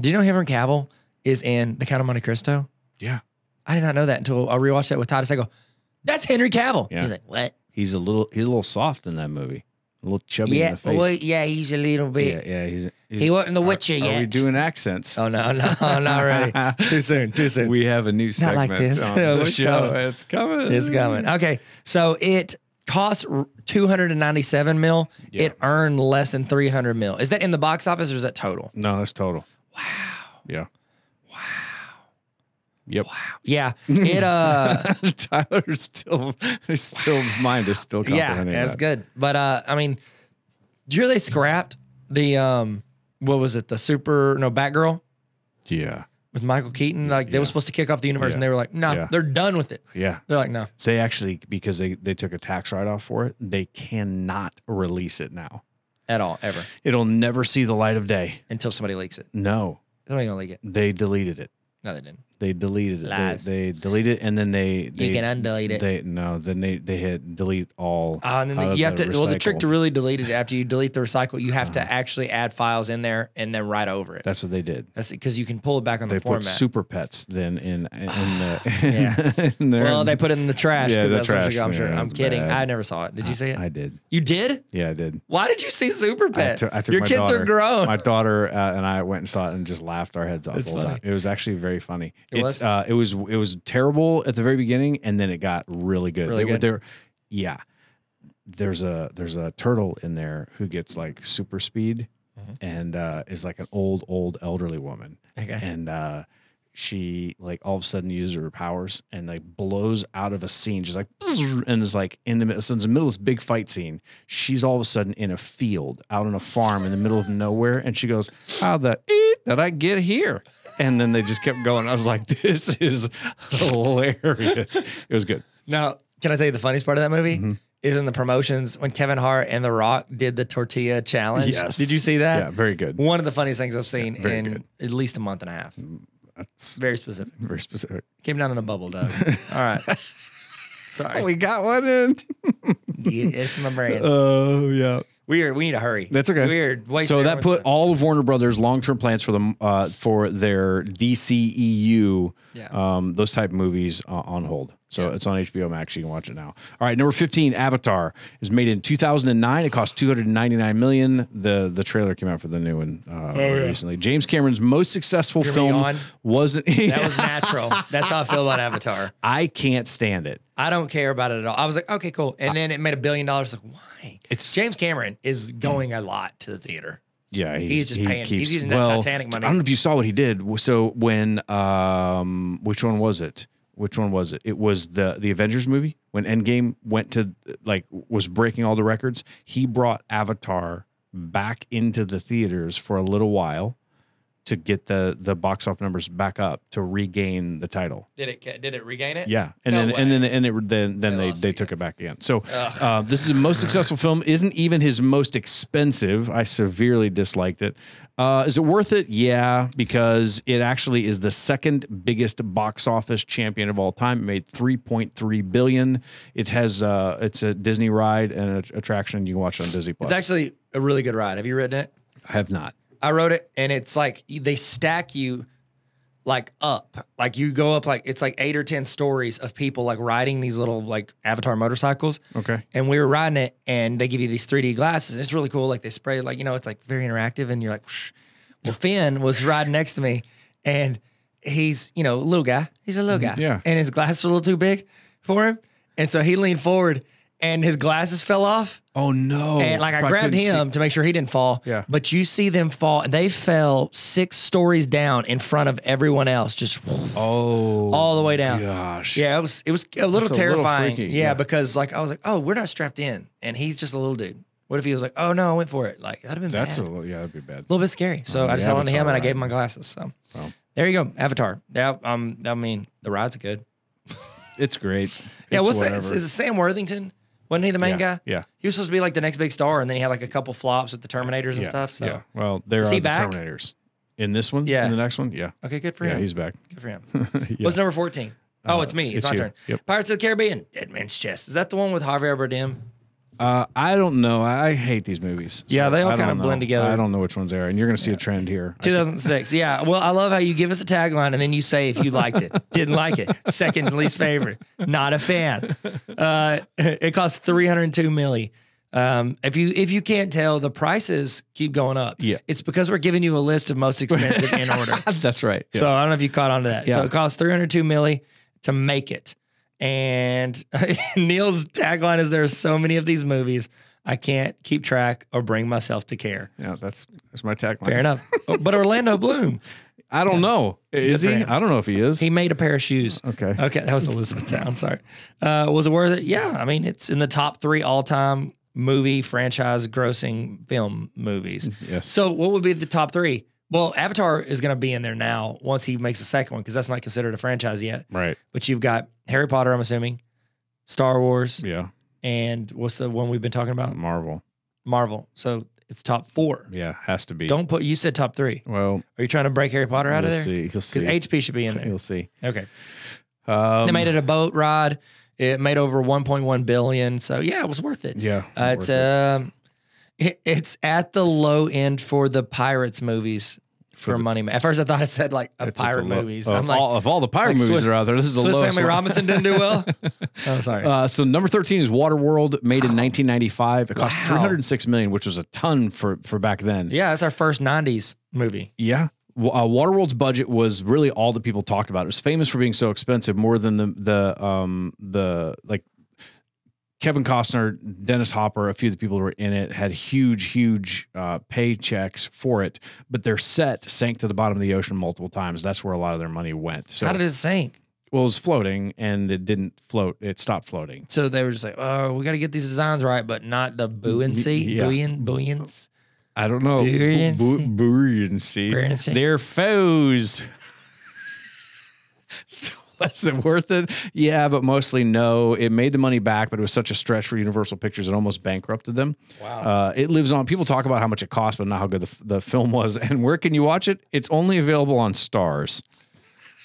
Speaker 1: Do you know Henry Cavill is in The Count of Monte Cristo?
Speaker 2: Yeah.
Speaker 1: I did not know that until I rewatched that with Titus. I go, that's Henry Cavill.
Speaker 2: Yeah.
Speaker 1: He's like, what?
Speaker 2: He's a little he's a little soft in that movie. A little chubby in
Speaker 1: Yeah,
Speaker 2: the face.
Speaker 1: well, yeah, he's a little
Speaker 2: yeah,
Speaker 1: bit.
Speaker 2: yeah, he's, he's
Speaker 1: He wasn't The
Speaker 2: are-
Speaker 1: Witcher
Speaker 2: are
Speaker 1: yet.
Speaker 2: we doing accents?
Speaker 1: oh no, [laughs] no, not
Speaker 2: [laughs]
Speaker 1: really. too soon. Too soon.
Speaker 2: We have a new
Speaker 1: Not
Speaker 2: segment
Speaker 1: like this. [laughs]
Speaker 2: on
Speaker 1: Yeah,
Speaker 2: the
Speaker 1: it's
Speaker 2: show.
Speaker 1: coming.
Speaker 2: It's coming.
Speaker 1: It's coming. Uh, Okay, so it cost r- 297 mil.
Speaker 2: Yeah.
Speaker 1: It earned less than 300 mil. Is that in the box office or is that total?
Speaker 2: No, that's total.
Speaker 1: Wow.
Speaker 2: Yeah. Wow. Yep.
Speaker 1: Yeah. It uh
Speaker 2: [laughs] Tyler's still his still his mind is still
Speaker 1: yeah,
Speaker 2: comprehending
Speaker 1: that's
Speaker 2: that.
Speaker 1: good. But uh I mean, did you hear they scrapped the um what was it? The super no Batgirl
Speaker 2: Yeah.
Speaker 1: with Michael Keaton? Like they were
Speaker 2: Yeah.
Speaker 1: supposed to kick off the universe and
Speaker 2: Yeah.
Speaker 1: they were like, "No,
Speaker 2: Yeah.
Speaker 1: they're done with it."
Speaker 2: Yeah.
Speaker 1: They're like, "No."
Speaker 2: So they actually because they they took a tax write off for it, they cannot release it now.
Speaker 1: At all ever
Speaker 2: It'll never see the light of day.
Speaker 1: until somebody leaks it.
Speaker 2: No,
Speaker 1: They're not going to leak it.
Speaker 2: they deleted it.
Speaker 1: No, they didn't.
Speaker 2: They deleted it. They,
Speaker 1: Lies.
Speaker 2: they deleted it and then they, they
Speaker 1: you can undelete it.
Speaker 2: They no, then they they hit delete all.
Speaker 1: Uh, and then
Speaker 2: out of
Speaker 1: you have
Speaker 2: the
Speaker 1: to. Well, the
Speaker 2: recycle. Uh-huh.
Speaker 1: trick to really delete it after you delete the recycle, you have to actually add files in there and then write over it.
Speaker 2: That's what they did.
Speaker 1: That's because you can pull it back on
Speaker 2: They
Speaker 1: the
Speaker 2: put
Speaker 1: format.
Speaker 2: super pets then in in the
Speaker 1: [sighs] Yeah.
Speaker 2: [laughs] in their-
Speaker 1: well, they put it in the trash
Speaker 2: Yeah,
Speaker 1: because
Speaker 2: the
Speaker 1: that's what
Speaker 2: trash,
Speaker 1: I'm sure.
Speaker 2: yeah,
Speaker 1: I'm
Speaker 2: it's
Speaker 1: kidding.
Speaker 2: bad.
Speaker 1: I never saw it. Did you see it?
Speaker 2: I did.
Speaker 1: you did?
Speaker 2: Yeah, I did.
Speaker 1: Why did you see Super
Speaker 2: I
Speaker 1: Pet?
Speaker 2: took- I took
Speaker 1: Your
Speaker 2: my
Speaker 1: kids
Speaker 2: daughter-
Speaker 1: are [laughs] grown.
Speaker 2: My daughter uh, and I went and saw it and just laughed our heads off
Speaker 1: It's
Speaker 2: the whole
Speaker 1: funny.
Speaker 2: time. It was actually very funny.
Speaker 1: It
Speaker 2: it's
Speaker 1: was?
Speaker 2: uh it was it was terrible at the very beginning and then it got really good.
Speaker 1: Really
Speaker 2: they, were
Speaker 1: good.
Speaker 2: There, yeah. There's a there's a turtle in there who gets like super speed
Speaker 1: Mm-hmm.
Speaker 2: and uh is like an old old elderly woman
Speaker 1: okay.
Speaker 2: and uh she like all of a sudden uses her powers and like blows out of a scene. She's like, [laughs] "Bzzz," and is like in the middle. So in the middle of this big fight scene, she's all of a sudden in a field out on a farm in the middle of nowhere, and she goes, "How the eat did I get here?" And then they just kept going. I was like, [laughs] "This is hilarious." It was good.
Speaker 1: Now, can I tell you the funniest part of that movie?
Speaker 2: Mm-hmm.
Speaker 1: Is in the promotions when Kevin Hart and The Rock did the tortilla challenge. Did you see that?
Speaker 2: Yeah, very good.
Speaker 1: One of the funniest things I've seen
Speaker 2: very
Speaker 1: in
Speaker 2: good. Mm,
Speaker 1: at least a month and a half.
Speaker 2: That's
Speaker 1: Very specific.
Speaker 2: very specific.
Speaker 1: Came down in a bubble,
Speaker 2: [laughs]
Speaker 1: Doug. All right. Sorry.
Speaker 2: we got one in.
Speaker 1: Yeah, it's my brain.
Speaker 2: Oh yeah.
Speaker 1: Weird. We need to hurry.
Speaker 2: That's okay.
Speaker 1: Weird. Wasting
Speaker 2: So that
Speaker 1: everyone's
Speaker 2: put
Speaker 1: time.
Speaker 2: all of Warner Brothers' long-term plans for them uh, for their DCEU,
Speaker 1: Yeah.
Speaker 2: um, those type of movies uh, on hold. So it's on HBO Max. You can watch it now. All right, number fifteen, Avatar is made in 2009. It cost 299 million. The the trailer came out for the new one uh, recently. James Cameron's most successful
Speaker 1: You're
Speaker 2: film
Speaker 1: beyond.
Speaker 2: wasn't. [laughs]
Speaker 1: That was natural. That's how I feel about Avatar.
Speaker 2: I can't stand it.
Speaker 1: I don't care about it at all. I was like, okay, cool. And then it made a billion dollars. Like, why?
Speaker 2: It's-
Speaker 1: James Cameron is going a lot to the theater.
Speaker 2: Yeah,
Speaker 1: He's just paying- he's using that Titanic money.
Speaker 2: I don't know if you saw what he did. So when um, which one was it? Which one was it? It was the the Avengers movie when Endgame went to like was breaking all the records. He brought Avatar back into the theaters for a little while to get the the box office numbers back up to regain the title.
Speaker 1: Did it? Did it regain it?
Speaker 2: Yeah, and
Speaker 1: No
Speaker 2: then and
Speaker 1: way.
Speaker 2: then and it then then
Speaker 1: They
Speaker 2: they,
Speaker 1: lost
Speaker 2: they
Speaker 1: it
Speaker 2: took it back again. So uh, this is the most successful film. Isn't even his most expensive. I severely disliked it. Uh, is it worth it? Yeah, because it actually is the second biggest box office champion of all time. It made three point three billion. It has uh, it's a Disney ride and an attraction. You can watch it on Disney Plus.
Speaker 1: It's actually a really good ride. Have you ridden it?
Speaker 2: I have not.
Speaker 1: I wrote it, and it's like they stack you like up, like you go up like it's like eight or ten stories of people like riding these little like Avatar motorcycles.
Speaker 2: Okay.
Speaker 1: And we were riding it, and they give you these 3D glasses. And it's really cool. Like they spray, like you know, it's like very interactive, and you're like, whoosh. well, Finn was riding next to me, and he's you know a little guy. He's a little guy,
Speaker 2: Mm-hmm. yeah.
Speaker 1: And his glasses were a little too big for him, and so he leaned forward, and his glasses fell off.
Speaker 2: Oh no!
Speaker 1: And like I,
Speaker 2: Probably
Speaker 1: grabbed
Speaker 2: couldn't see-
Speaker 1: him to make sure he didn't fall.
Speaker 2: Yeah.
Speaker 1: But you see them fall, and they fell six stories down in front of everyone else, just
Speaker 2: Oh,
Speaker 1: all the way down.
Speaker 2: gosh.
Speaker 1: Yeah, it was it was a little
Speaker 2: That's a little
Speaker 1: terrifying.
Speaker 2: freaky,
Speaker 1: yeah,
Speaker 2: yeah.
Speaker 1: because like I was like, oh, we're not strapped in, and he's just a little dude. What if he was like, oh no, I went for it? Like that'd have been
Speaker 2: That's
Speaker 1: bad. a
Speaker 2: a little- yeah. That'd be bad.
Speaker 1: little bit scary. So
Speaker 2: Oh,
Speaker 1: I just
Speaker 2: the
Speaker 1: held on to him
Speaker 2: Avatar
Speaker 1: and I gave
Speaker 2: ride.
Speaker 1: him my glasses. So
Speaker 2: Wow.
Speaker 1: there you go, Avatar. Yeah, um, I mean the rides are good.
Speaker 2: It's great.
Speaker 1: Yeah,
Speaker 2: It's
Speaker 1: what's that?
Speaker 2: whatever.
Speaker 1: Is, is it Sam Worthington? Wasn't he the main
Speaker 2: yeah.
Speaker 1: guy?
Speaker 2: Yeah.
Speaker 1: He was supposed to be like the next big star, and then he had like a couple flops with the Terminators and
Speaker 2: yeah,
Speaker 1: stuff. So
Speaker 2: yeah. Well, there
Speaker 1: Is
Speaker 2: are
Speaker 1: he
Speaker 2: the
Speaker 1: back?
Speaker 2: Terminators. In this one?
Speaker 1: Yeah.
Speaker 2: In the next one? Yeah.
Speaker 1: okay, good for
Speaker 2: Yeah,
Speaker 1: him.
Speaker 2: he's back.
Speaker 1: Good for him.
Speaker 2: [laughs] yeah.
Speaker 1: What's number fourteen? Oh,
Speaker 2: Uh,
Speaker 1: it's me. It's,
Speaker 2: it's
Speaker 1: my
Speaker 2: you.
Speaker 1: turn.
Speaker 2: Yep.
Speaker 1: Pirates of the Caribbean, Dead Man's Chest. Is that the one with Javier Bardem?
Speaker 2: Uh, I don't know. I I hate these movies.
Speaker 1: Yeah, they all
Speaker 2: I don't
Speaker 1: kinda
Speaker 2: know.
Speaker 1: blend together.
Speaker 2: I don't know which ones they are, and you're going to see a trend here. I think-
Speaker 1: 2006. Yeah. Well, I love how you give us a tagline and then you say if you liked
Speaker 2: [laughs]
Speaker 1: it, didn't like it, second least favorite, not a fan. Uh, [laughs] it costs 302 milli. Um, if you if you can't tell, the prices keep going up.
Speaker 2: Yeah.
Speaker 1: It's because we're giving you a list of most expensive in
Speaker 2: [laughs]
Speaker 1: order.
Speaker 2: That's right. Yeah.
Speaker 1: So I don't know if you caught on to that. So
Speaker 2: Yeah.
Speaker 1: it costs 302 milli to make it. And [laughs] Neil's tagline is there are so many of these movies, I can't keep track or bring myself to care.
Speaker 2: yeah, that's that's my tagline.
Speaker 1: Fair enough. but Orlando Bloom,
Speaker 2: I don't know. Is
Speaker 1: for
Speaker 2: he?
Speaker 1: him.
Speaker 2: I don't know if he is.
Speaker 1: he Uh, made a pair of shoes.
Speaker 2: okay.
Speaker 1: Okay, that was Elizabeth Town. Sorry. Uh, was it worth it? Yeah. I mean, it's in the top three all time movie franchise grossing film movies.
Speaker 2: yes.
Speaker 1: So, what would be the top three? Well, Avatar is going to be in there now once he makes the second one because that's not considered a franchise yet.
Speaker 2: Right.
Speaker 1: But you've got Harry Potter, I'm assuming, Star Wars,
Speaker 2: Yeah.
Speaker 1: and what's the one we've been talking about?
Speaker 2: Marvel.
Speaker 1: Marvel. So, it's top four.
Speaker 2: Yeah, has to be.
Speaker 1: Don't put, you said top three.
Speaker 2: Well,
Speaker 1: Are you trying to break Harry Potter out
Speaker 2: you'll
Speaker 1: of there?
Speaker 2: see. You'll
Speaker 1: Because
Speaker 2: see.
Speaker 1: HP should be in there.
Speaker 2: You'll see. [laughs]
Speaker 1: Okay.
Speaker 2: Um,
Speaker 1: they made it a boat ride. It made over 1.1 billion. So yeah, it was worth it.
Speaker 2: Yeah.
Speaker 1: Uh, it's
Speaker 2: worth it.
Speaker 1: um, [laughs] it- it's at the low end for the pirates movies for,
Speaker 2: the-
Speaker 1: money. Ma- At first, I thought it said like a
Speaker 2: It's at the
Speaker 1: pirate
Speaker 2: lo-
Speaker 1: movies.
Speaker 2: Of,
Speaker 1: I'm like,
Speaker 2: all, of all the pirate
Speaker 1: like
Speaker 2: movies
Speaker 1: Swiss-
Speaker 2: that are out there, this is the
Speaker 1: Swiss
Speaker 2: lowest
Speaker 1: Family
Speaker 2: one.
Speaker 1: Robinson didn't do
Speaker 2: [laughs]
Speaker 1: well. I'm sorry.
Speaker 2: Uh, so number 13 is Waterworld, made in 1995. It cost
Speaker 1: Wow.
Speaker 2: 306 million, which was a ton for for back then.
Speaker 1: yeah, that's our first '90s movie.
Speaker 2: Yeah. Wa- Uh, Waterworld's budget was really all that people talked about. It was famous for being so expensive, more than the the um the like Kevin Costner, Dennis Hopper, a few of the people who were in it had huge, huge uh, paychecks for it. But their set sank to the bottom of the ocean multiple times. That's where a lot of their money went. So
Speaker 1: How did it sink?
Speaker 2: well, it was floating, and it didn't float. It stopped floating.
Speaker 1: So they were just like, "Oh, we got to get these designs right, but not the buoyancy,
Speaker 2: Yeah.
Speaker 1: buoyan, buoyance,
Speaker 2: I don't know.
Speaker 1: Buoyancy.
Speaker 2: Buoyancy.
Speaker 1: Buoyancy.
Speaker 2: They're foes. [laughs] so was it worth it? Yeah, but mostly no. It made the money back, but it was such a stretch for Universal Pictures, it almost bankrupted them.
Speaker 1: Wow.
Speaker 2: Uh, it lives on. People talk about how much it cost, but not how good the, f- the film was. [laughs] And where can you watch it? It's only available
Speaker 1: [laughs]
Speaker 2: on Stars.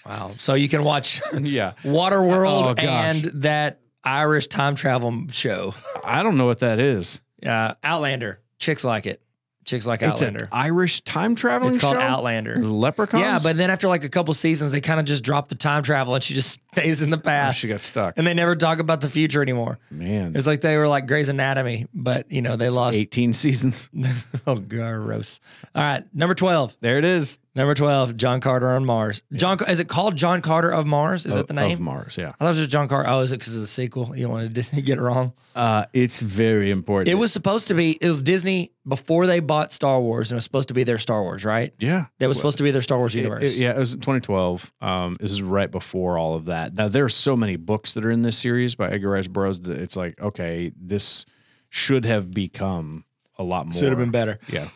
Speaker 1: wow." So you can watch [laughs]
Speaker 2: Yeah. Oh,
Speaker 1: Waterworld
Speaker 2: gosh.
Speaker 1: and that Irish time travel show.
Speaker 2: I don't know what that is.
Speaker 1: Uh, Outlander. Chicks like it. Chicks like
Speaker 2: It's
Speaker 1: Outlander.
Speaker 2: an Irish time traveling
Speaker 1: It's called
Speaker 2: show?
Speaker 1: Outlander.
Speaker 2: Leprechauns?
Speaker 1: Yeah, but then after like a couple seasons, they kind of just drop the time travel and she just [laughs] stays in the past.
Speaker 2: Oh, she got stuck.
Speaker 1: and they never talk about the future anymore.
Speaker 2: Man.
Speaker 1: It's like they were like Grey's Anatomy, but you know, they lost.
Speaker 2: 18 seasons.
Speaker 1: [laughs] oh, gross. All right. Number 12.
Speaker 2: There it is.
Speaker 1: Number 12, John Carter on Mars. John, is it called John Carter of Mars? Is that the
Speaker 2: Of- Of
Speaker 1: name?
Speaker 2: Mars, yeah.
Speaker 1: I thought it was just John Carter. Oh, is it because of the sequel? You don't want to [laughs] Disney get it wrong?
Speaker 2: Uh, it's very important.
Speaker 1: It was supposed to be. It was Disney before they bought Star Wars, and it was supposed to be their Star Wars, right?
Speaker 2: yeah.
Speaker 1: That was supposed to be their Star Wars
Speaker 2: It-
Speaker 1: universe.
Speaker 2: it- yeah, it was 2012. Um, this is right before all of that. Now there are so many books that are in this series by Edgar Rice Burroughs. That it's like, okay, this should have become a lot more.
Speaker 1: Should have been better.
Speaker 2: Yeah.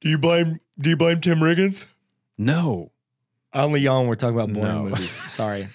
Speaker 1: Do you blame Do you blame Tim Riggins?
Speaker 2: No,
Speaker 1: Only yawn. We're talking about boring
Speaker 2: No. [laughs]
Speaker 1: movies. Sorry,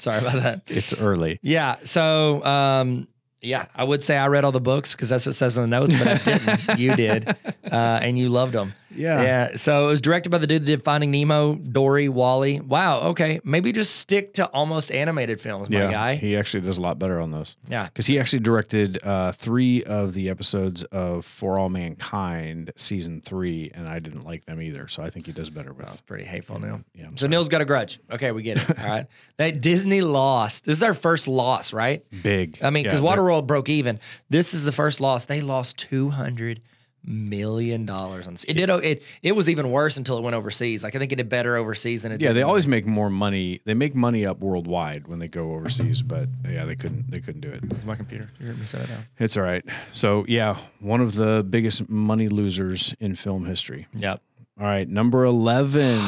Speaker 1: sorry about that.
Speaker 2: it's early.
Speaker 1: Yeah. So, um, yeah, I would say I read all the books because that's what it says in the notes, but I didn't. you did,
Speaker 2: [laughs]
Speaker 1: uh, and you loved them.
Speaker 2: Yeah.
Speaker 1: Yeah. So it was directed by the dude that did Finding Nemo, Dory, Wally. Wow. Okay. Maybe just stick to almost animated films, my
Speaker 2: Yeah,
Speaker 1: guy. Ah.
Speaker 2: he actually does a lot better on those
Speaker 1: yeah.
Speaker 2: because he actually directed uh, three of the episodes of For All Mankind season three, and I didn't like them either. So I think he does better with.
Speaker 1: That's pretty hateful, Neil.
Speaker 2: Yeah, I'm
Speaker 1: So Neil's got a grudge. Okay, we get it. All right. [laughs] That Disney lost. This is our first loss, right?
Speaker 2: big.
Speaker 1: I mean,
Speaker 2: Yeah,
Speaker 1: because
Speaker 2: they're-
Speaker 1: Waterworld broke even. This is the first loss. They lost two hundred million dollars on this. It did. It it was even worse until it went overseas. Like I think it did better overseas than it.
Speaker 2: Yeah,
Speaker 1: did.
Speaker 2: they always make more money. They make money up worldwide when they go overseas, but yeah, they couldn't they couldn't do it.
Speaker 1: It's my computer. You heard me say that. Now.
Speaker 2: It's all right. So yeah, one of the biggest money losers in film history.
Speaker 1: Yep.
Speaker 2: All right, number eleven,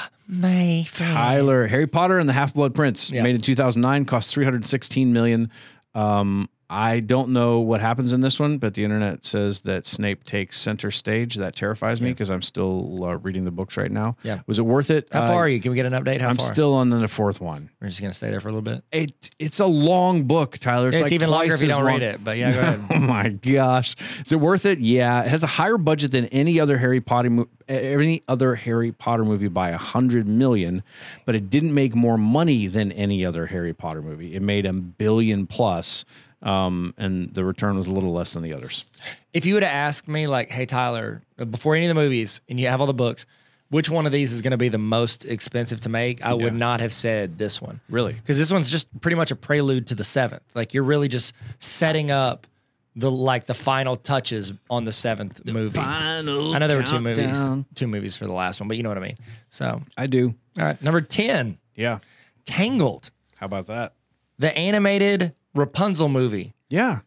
Speaker 1: [sighs] My
Speaker 2: Tyler, Harry Potter and the Half Blood Prince,
Speaker 1: Yeah.
Speaker 2: made in two thousand nine, cost three hundred sixteen million. Um, I don't know what happens in this one, but the internet says that Snape takes center stage. That terrifies me because I'm still uh, reading the books right now.
Speaker 1: Yeah.
Speaker 2: was it worth it?
Speaker 1: How
Speaker 2: Uh,
Speaker 1: far are you? Can we get an update? How
Speaker 2: I'm
Speaker 1: far?
Speaker 2: still on the fourth one.
Speaker 1: We're just gonna stay there for a little bit.
Speaker 2: It it's a long book, Tyler.
Speaker 1: It's,
Speaker 2: like
Speaker 1: even longer
Speaker 2: twice
Speaker 1: if you
Speaker 2: as
Speaker 1: don't
Speaker 2: long.
Speaker 1: read it. But yeah, go ahead.
Speaker 2: [laughs] Oh my gosh, is it worth it? Yeah, it has a higher budget than any other Harry Potter mo- any other Harry Potter movie by a hundred million, but it didn't make more money than any other Harry Potter movie. It made a billion plus. um, and the return was a little less than the others.
Speaker 1: If you would have asked me, like, hey, Tyler, before any of the movies, and you have all the books, which one of these is going to be the most expensive to make? I would not have said this one.
Speaker 2: Really?
Speaker 1: Because this one's just pretty much a prelude to the seventh. Like, you're really just setting up the like the final touches on the seventh movie.
Speaker 2: Final
Speaker 1: I know there were two movies, two movies for the last one, but you know what I mean. So, all
Speaker 2: I do.
Speaker 1: right, number 10,
Speaker 2: Yeah.
Speaker 1: Tangled,
Speaker 2: How about that?
Speaker 1: the animated Rapunzel movie,
Speaker 2: Yeah.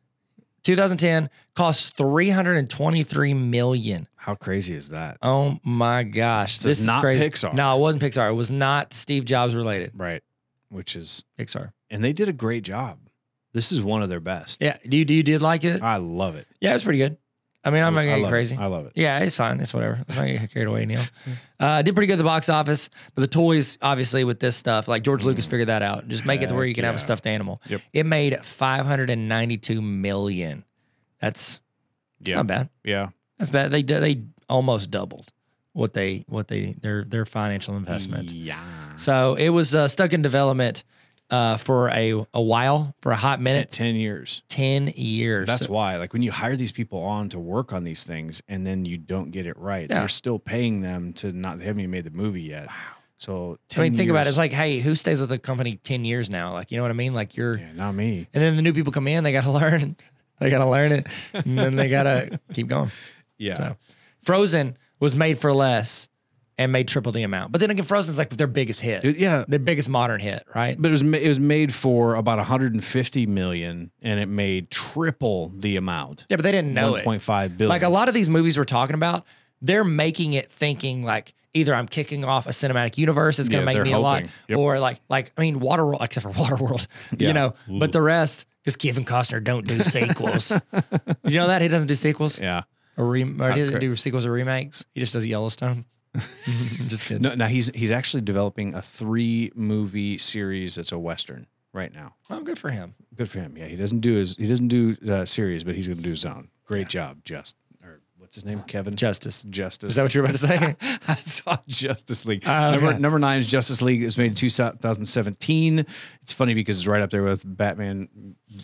Speaker 1: 2010, cost 323 million.
Speaker 2: How crazy is that?
Speaker 1: Oh my gosh.
Speaker 2: So it's
Speaker 1: this is
Speaker 2: not
Speaker 1: crazy.
Speaker 2: Pixar.
Speaker 1: No, it wasn't Pixar. It was not Steve Jobs related.
Speaker 2: Right. Which is,
Speaker 1: Pixar.
Speaker 2: and they did a great job. This is one of their best.
Speaker 1: Yeah. You, you did like it?
Speaker 2: I love it.
Speaker 1: Yeah, it's pretty good. I mean, I'm not
Speaker 2: I
Speaker 1: going to
Speaker 2: love
Speaker 1: get
Speaker 2: it.
Speaker 1: crazy.
Speaker 2: I love it.
Speaker 1: Yeah, it's fine. It's whatever. Let's not get carried away, Neil. Uh, did pretty good at the box office, but the toys, obviously, with this stuff, like George Lucas figured that out. Just make it to where you can have a
Speaker 2: Mm. Heck yeah.
Speaker 1: stuffed animal.
Speaker 2: Yep.
Speaker 1: It made 592 million. That's, it's
Speaker 2: Yeah.
Speaker 1: not bad.
Speaker 2: Yeah.
Speaker 1: That's bad. They they almost doubled what they what they their their financial investment.
Speaker 2: Yeah.
Speaker 1: So it was uh, stuck in development uh, for a a while, for a hot
Speaker 2: At
Speaker 1: minute,
Speaker 2: 10 years.
Speaker 1: ten years.
Speaker 2: That's why, like, when you hire these people on to work on these things and then you don't get it right,
Speaker 1: Yeah.
Speaker 2: you're still paying them to not, they haven't even made the movie yet. Wow. So, 10
Speaker 1: I mean, think about it.
Speaker 2: years-
Speaker 1: It's like, hey, who stays with the company ten years now? Like, you know what I mean? Like you're,
Speaker 2: yeah, not me.
Speaker 1: and then the new people come in, they got to [laughs] learn, they got to learn it, and then they got
Speaker 2: [laughs]
Speaker 1: to keep going.
Speaker 2: Yeah.
Speaker 1: So, Frozen was made for less and made triple the amount. But then again, Frozen's like their biggest hit,
Speaker 2: Dude, yeah.
Speaker 1: their biggest modern hit, right?
Speaker 2: But it was ma- it was made for about 150 million, and it made triple the amount.
Speaker 1: Yeah, but they didn't know it.
Speaker 2: 1.5 billion.
Speaker 1: Like a lot of these movies we're talking about, they're making it thinking like either I'm kicking off a cinematic universe, it's going
Speaker 2: Yeah,
Speaker 1: to
Speaker 2: they're
Speaker 1: make me a lot,
Speaker 2: hoping. Yep.
Speaker 1: or like like I mean Waterworld, except for Waterworld, [laughs]
Speaker 2: Yeah.
Speaker 1: you know. But the rest, because Kevin Costner don't
Speaker 2: [laughs]
Speaker 1: do sequels. you know that he doesn't do sequels
Speaker 2: Yeah.
Speaker 1: or, re- or he doesn't
Speaker 2: cra-
Speaker 1: do sequels or remakes. He just does
Speaker 2: [laughs]
Speaker 1: Yellowstone. [laughs] just kidding.
Speaker 2: No, now he's he's actually developing a three movie series that's a western right now.
Speaker 1: Oh, good for him.
Speaker 2: Good for him. Yeah, he doesn't do his he doesn't do uh, series, but he's going to do his own. Great job, Just or what's his name? Kevin
Speaker 1: Justice.
Speaker 2: Justice.
Speaker 1: Is
Speaker 2: [laughs]
Speaker 1: that what you're about to say?
Speaker 2: I saw Justice League.
Speaker 1: Oh,
Speaker 2: number,
Speaker 1: okay.
Speaker 2: number nine is Justice League. It was made in 2017. It's funny because it's right up there with Batman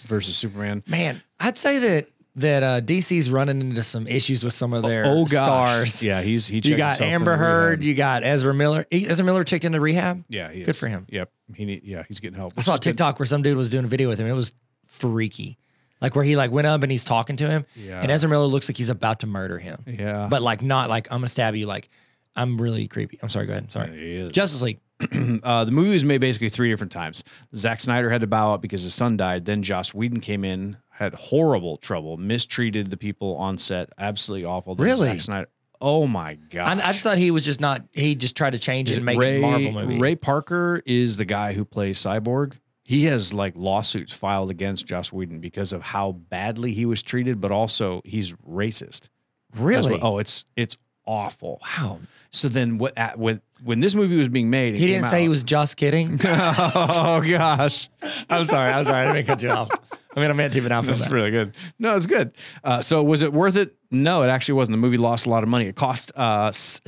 Speaker 2: versus Superman.
Speaker 1: Man, I'd say that that uh, DC's running into some issues with some of their
Speaker 2: oh, gosh.
Speaker 1: stars.
Speaker 2: Yeah, he's he.
Speaker 1: You
Speaker 2: checked
Speaker 1: got
Speaker 2: himself
Speaker 1: Amber
Speaker 2: into rehab.
Speaker 1: Heard. You got Ezra Miller. E- Ezra Miller checked into rehab.
Speaker 2: Yeah, he
Speaker 1: Good
Speaker 2: is.
Speaker 1: for him.
Speaker 2: Yep. He need, yeah, he's getting help.
Speaker 1: I saw a TikTok where some dude was doing a video with him. It was freaky, like where he like went up and he's talking to him,
Speaker 2: Yeah.
Speaker 1: and Ezra Miller looks like he's about to murder him,
Speaker 2: Yeah.
Speaker 1: but like not like I'm gonna stab you. Like I'm really creepy. I'm sorry. Go ahead. I'm sorry.
Speaker 2: He is.
Speaker 1: Justice League.
Speaker 2: [clears throat] uh, the movie was made basically three different times. Zack Snyder had to bow out because his son died. Then Joss Whedon came in, had horrible trouble, mistreated the people on set, absolutely awful. Then
Speaker 1: Really?
Speaker 2: Zack Snyder. Oh my
Speaker 1: I,
Speaker 2: god!
Speaker 1: I just thought he was just not. He just tried to change it and make it a Marvel movie.
Speaker 2: Ray Parker is the guy who plays Cyborg. He has like lawsuits filed against Joss Whedon because of how badly he was treated, but also he's racist. That's
Speaker 1: really?
Speaker 2: what- oh, it's it's awful.
Speaker 1: wow.
Speaker 2: So then, what at, when when this movie was being made, it
Speaker 1: He
Speaker 2: came
Speaker 1: didn't say he
Speaker 2: out-
Speaker 1: was just
Speaker 2: [laughs]
Speaker 1: kidding.
Speaker 2: oh gosh,
Speaker 1: I'm sorry. I'm sorry. I didn't cut you off. I mean, I meant to, but I feel
Speaker 2: that's
Speaker 1: bad.
Speaker 2: really good. No, it's good. Uh, so was it worth it? No, it actually wasn't. The movie lost a lot of money. It cost uh, s-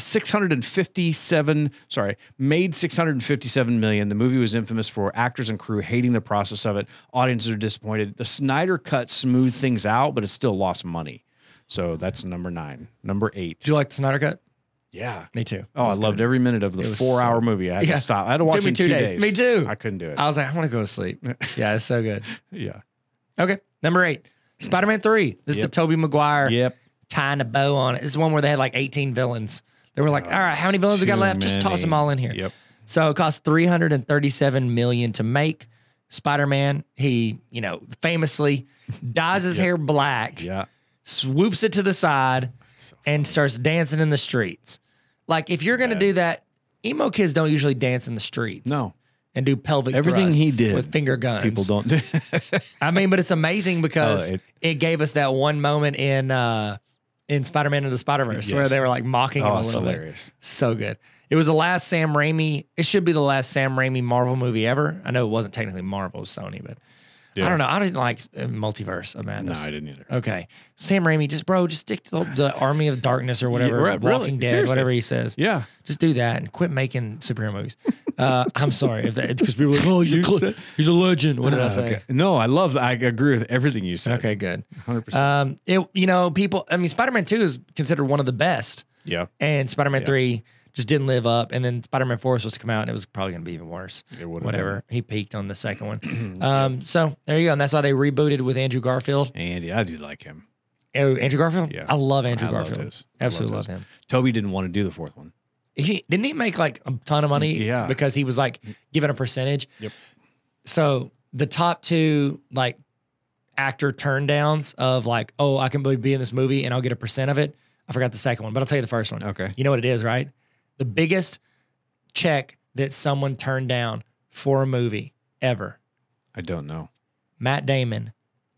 Speaker 2: 657. Sorry, made 657 million. The movie was infamous for actors and crew hating the process of it. Audiences are disappointed. The Snyder cut smoothed things out, but it still lost money. So that's number nine. Number eight.
Speaker 1: Did you like the Snyder Cut?
Speaker 2: Yeah.
Speaker 1: Me too.
Speaker 2: Oh, I loved every minute of the
Speaker 1: It was
Speaker 2: four-hour
Speaker 1: so-
Speaker 2: movie. I had
Speaker 1: Yeah.
Speaker 2: to stop. I had to watch
Speaker 1: me
Speaker 2: it in
Speaker 1: two
Speaker 2: two
Speaker 1: days.
Speaker 2: days.
Speaker 1: Me too. Uh,
Speaker 2: I couldn't do it.
Speaker 1: I was like, I want to go to sleep. Yeah, it's so good.
Speaker 2: yeah.
Speaker 1: [laughs] Okay, number eight, Spider Man Three. This is the
Speaker 2: Yep.
Speaker 1: Tobey Maguire
Speaker 2: Yep.
Speaker 1: tying a bow on it. This is one where they had like 18 villains. They were like, all right, how many villains we got
Speaker 2: too
Speaker 1: left? Just toss them
Speaker 2: many.
Speaker 1: all in here.
Speaker 2: Yep.
Speaker 1: So it cost 337 million to make. Spider Man, he you know famously dyes [laughs] his hair black.
Speaker 2: Yeah.
Speaker 1: swoops it to the side and starts dancing in the streets. Like if you're gonna do that, emo kids don't usually dance in the streets.
Speaker 2: No.
Speaker 1: And do pelvic
Speaker 2: Everything he
Speaker 1: thrusts
Speaker 2: did,
Speaker 1: with finger guns.
Speaker 2: People don't.
Speaker 1: [laughs]
Speaker 2: do
Speaker 1: I mean, but it's amazing because
Speaker 2: Oh,
Speaker 1: it,
Speaker 2: it-
Speaker 1: gave us that one moment in uh in Spider Man and the Spider Verse where
Speaker 2: Yes.
Speaker 1: they were like mocking him
Speaker 2: Oh,
Speaker 1: a
Speaker 2: it's
Speaker 1: little bit.
Speaker 2: hilarious.
Speaker 1: So good. It was the last Sam Raimi. It should be the last Sam Raimi Marvel movie ever. I know it wasn't technically Marvel, it was Sony, but I
Speaker 2: Yeah.
Speaker 1: don't know. I didn't like uh, Multiverse of Madness.
Speaker 2: didn't either.
Speaker 1: Okay. Sam Raimi, just bro, just stick to the, the Army of Darkness or whatever,
Speaker 2: right, really,
Speaker 1: Walking Dead,
Speaker 2: seriously.
Speaker 1: whatever he says.
Speaker 2: Yeah.
Speaker 1: Just do that and quit making superhero movies. Uh, I'm sorry if that because people are like, oh, he's, a,
Speaker 2: You
Speaker 1: cl-
Speaker 2: said- Ah,
Speaker 1: he's a legend. What did I say?
Speaker 2: Uh, Okay. No, I love that. I agree with everything you said.
Speaker 1: Okay, good.
Speaker 2: 100%.
Speaker 1: Um, it you know people. I mean, Spider Man Two is considered one of the best,
Speaker 2: yeah.
Speaker 1: and Spider Man
Speaker 2: Yeah.
Speaker 1: Three just didn't live up. And then Spider Man Four was supposed to come out, and it was probably going to be even worse.
Speaker 2: It would've
Speaker 1: Whatever. He peaked on the second [clears throat]
Speaker 2: Mm-hmm.
Speaker 1: one. um, so there you go, and that's why they rebooted with Andrew Garfield.
Speaker 2: And yeah, I do like him.
Speaker 1: Oh, Andrew Garfield.
Speaker 2: Yeah.
Speaker 1: I love Andrew
Speaker 2: I loved
Speaker 1: Garfield.
Speaker 2: his. I
Speaker 1: Absolutely love
Speaker 2: loved his.
Speaker 1: him.
Speaker 2: Toby didn't want to do the fourth one.
Speaker 1: He didn't he make like a ton of money.
Speaker 2: Mm, Yeah.
Speaker 1: because he was like given a percentage.
Speaker 2: Yep.
Speaker 1: So the top two like actor turn downs of like, oh, I can be- be in this movie and I'll get a percent of it. I forgot the second one, but I'll tell you the first one.
Speaker 2: Okay.
Speaker 1: You know what it is, right? The biggest check that someone turned down for a movie ever.
Speaker 2: I don't know.
Speaker 1: Matt Damon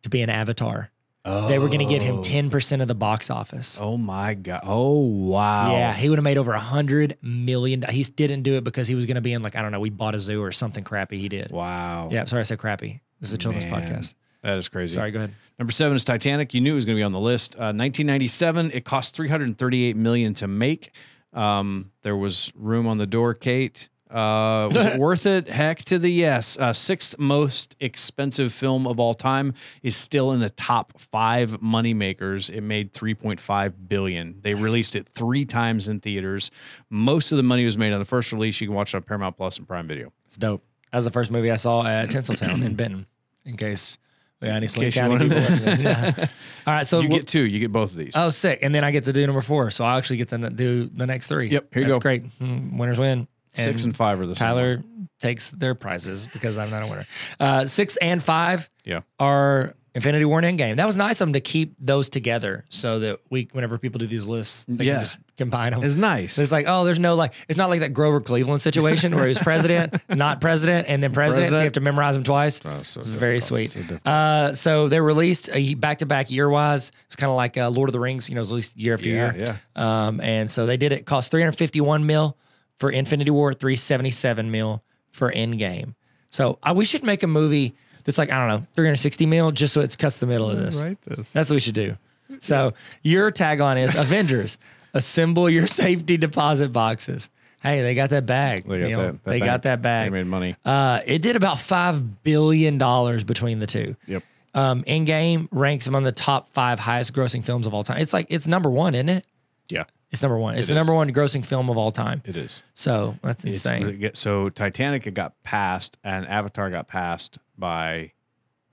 Speaker 1: to be an avatar.
Speaker 2: Oh.
Speaker 1: They were going to get him 10% of the box office.
Speaker 2: Oh my god. Oh wow.
Speaker 1: Yeah, he would have made over a hundred million. do- He didn't do it because he was going to be in like I don't know. We bought a zoo or something crappy. He did.
Speaker 2: Wow.
Speaker 1: Yeah, sorry, I said crappy. This is a children's
Speaker 2: Man.
Speaker 1: podcast.
Speaker 2: That is crazy.
Speaker 1: Sorry, go ahead.
Speaker 2: Number seven is Titanic. You knew it was going to be on the list. Uh, 1997. It cost 338 million to make. Um, there was room on the door, Kate. Uh, was [laughs] it worth it? Heck to the yes. Uh, sixth most expensive film of all time is still in the top five moneymakers. It made 3.5 billion. They released it three times in theaters. Most of the money was made on the first release. You can watch it on Paramount Plus and Prime Video.
Speaker 1: It's dope. That was the first movie I saw at Tinseltown in Benton. In case we had any Slim
Speaker 2: case you
Speaker 1: County
Speaker 2: wanted-
Speaker 1: people listening.
Speaker 2: [laughs]
Speaker 1: Yeah. All right, so
Speaker 2: You
Speaker 1: we'll-
Speaker 2: get two. You get both of these.
Speaker 1: oh sick, and then I get to do number four. So I actually get to n- do the next three.
Speaker 2: Yep, here you
Speaker 1: That's
Speaker 2: go.
Speaker 1: great. Mm, Winners win.
Speaker 2: Six and five are the same.
Speaker 1: Tyler takes their prizes because I'm not a winner. Uh, six and five
Speaker 2: Yeah.
Speaker 1: are Infinity War and Endgame. That was nice of them to keep those together so that we, whenever people do these lists, they
Speaker 2: Yeah.
Speaker 1: can just combine them.
Speaker 2: It's nice.
Speaker 1: It's like, oh, there's no like, it's not like that Grover Cleveland situation where he was
Speaker 2: [laughs]
Speaker 1: president, not president, and then president, so you
Speaker 2: President.
Speaker 1: have to memorize them twice.
Speaker 2: Oh, so
Speaker 1: it's very
Speaker 2: difficult.
Speaker 1: sweet.
Speaker 2: So difficult.
Speaker 1: uh, so they released back to back year wise. It's kind of like uh, Lord of the Rings, you know, it was released year after
Speaker 2: Yeah,
Speaker 1: year.
Speaker 2: yeah.
Speaker 1: Um, and so they did it. Cost 351 mil for Infinity War, 377 mil for Endgame. So I, we should make a movie that's like I don't know, 360 mil, just so it cuts the middle of this.
Speaker 2: Write this.
Speaker 1: That's what we should do. So your tagline is Avengers. [laughs] Assemble your safety deposit boxes. Hey, they got that bag.
Speaker 2: They got
Speaker 1: Neil.
Speaker 2: that- that
Speaker 1: they
Speaker 2: bag.
Speaker 1: got that
Speaker 2: They
Speaker 1: bag.
Speaker 2: made money.
Speaker 1: Uh, it did about five billion dollars between the two.
Speaker 2: Yep.
Speaker 1: Um, Endgame ranks among the top five highest grossing films of all time. It's like it's number one, isn't it?
Speaker 2: Yeah,
Speaker 1: It's number one. It's
Speaker 2: It
Speaker 1: the
Speaker 2: is.
Speaker 1: number one grossing film of all time.
Speaker 2: it is.
Speaker 1: So that's
Speaker 2: It's
Speaker 1: insane.
Speaker 2: really good. so Titanic it got passed and Avatar got passed by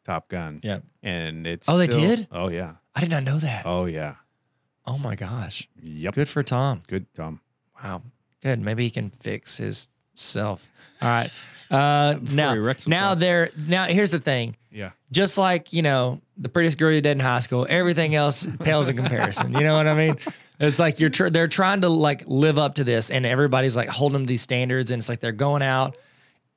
Speaker 2: Top Gun.
Speaker 1: Yeah.
Speaker 2: And it's
Speaker 1: Oh, they
Speaker 2: still-
Speaker 1: did?
Speaker 2: Oh yeah.
Speaker 1: I did not know that.
Speaker 2: Oh yeah.
Speaker 1: Oh my gosh.
Speaker 2: Yep.
Speaker 1: Good for Tom.
Speaker 2: Good Tom.
Speaker 1: Wow. Good. Maybe he can fix his self. All right. [laughs] Uh, now,
Speaker 2: he wrecks
Speaker 1: now
Speaker 2: himself.
Speaker 1: there. Now here's the thing.
Speaker 2: Yeah.
Speaker 1: Just like you know, the prettiest girl you did in high school, everything else pales in comparison. You know what I mean? It's like you're tr- they're trying to like live up to this, and everybody's like holding them to these standards, and it's like they're going out.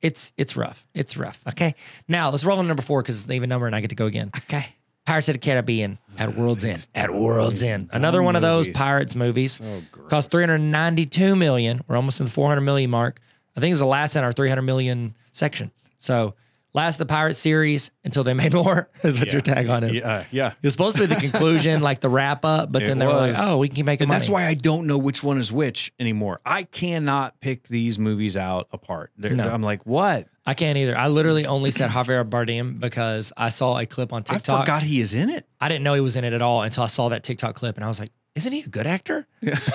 Speaker 1: It's it's rough. It's rough. Okay. Now let's roll on number four because it's an even number, and I get to go again.
Speaker 2: Okay.
Speaker 1: Pirates of the Caribbean at World's End.
Speaker 2: these
Speaker 1: At
Speaker 2: dumb
Speaker 1: World's
Speaker 2: movies,
Speaker 1: End.
Speaker 2: dumb
Speaker 1: Another one of those
Speaker 2: movies.
Speaker 1: pirates movies.
Speaker 2: So gross.
Speaker 1: Cost 392 million. We're almost in the 400 million mark. I think it's the last in our 300 million section. So, last of the pirate series until they [laughs] made more is what your tagline is.
Speaker 2: Yeah. uh, yeah.
Speaker 1: It's supposed to be the conclusion, like the wrap up, but
Speaker 2: It
Speaker 1: then they were like,
Speaker 2: was.
Speaker 1: "Oh, we can keep making
Speaker 2: And
Speaker 1: money."
Speaker 2: that's why I don't know which one is which anymore. I cannot pick these movies out apart. They're-
Speaker 1: No.
Speaker 2: I'm like, what?
Speaker 1: I can't either. I literally only said Javier Bardem because I saw a clip on
Speaker 2: I
Speaker 1: TikTok.
Speaker 2: forgot he is in it.
Speaker 1: I didn't know he was in it at all until I saw that TikTok clip, and I was like, "Isn't he a good actor?"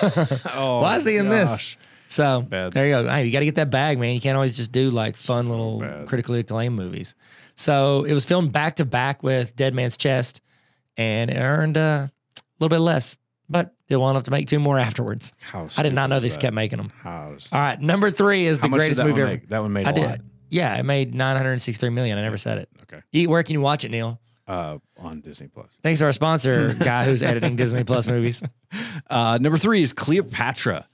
Speaker 2: Oh,
Speaker 1: Why is he in this?
Speaker 2: gosh.
Speaker 1: So
Speaker 2: Bad.
Speaker 1: there you go. Hey, you got to get that bag, man. You can't always just do like fun little
Speaker 2: bad.
Speaker 1: critically acclaimed movies. So it was filmed back to back with Dead Man's Chest, and it earned uh, a little bit less, but did well enough to make two more afterwards.
Speaker 2: How
Speaker 1: I did
Speaker 2: stupid
Speaker 1: not know
Speaker 2: is
Speaker 1: they
Speaker 2: that?
Speaker 1: kept making them.
Speaker 2: How is
Speaker 1: All right, number three is the
Speaker 2: How much did
Speaker 1: greatest
Speaker 2: that
Speaker 1: movie
Speaker 2: one
Speaker 1: ever.
Speaker 2: make? That one made a
Speaker 1: I
Speaker 2: lot.
Speaker 1: did. Yeah, it made 963 million. I never said it.
Speaker 2: Okay.
Speaker 1: You, where can you watch it, Neil?
Speaker 2: Uh, on Disney Plus.
Speaker 1: Thanks to our sponsor,
Speaker 2: [laughs]
Speaker 1: guy who's editing Disney Plus movies.
Speaker 2: Uh, number three is Cleopatra,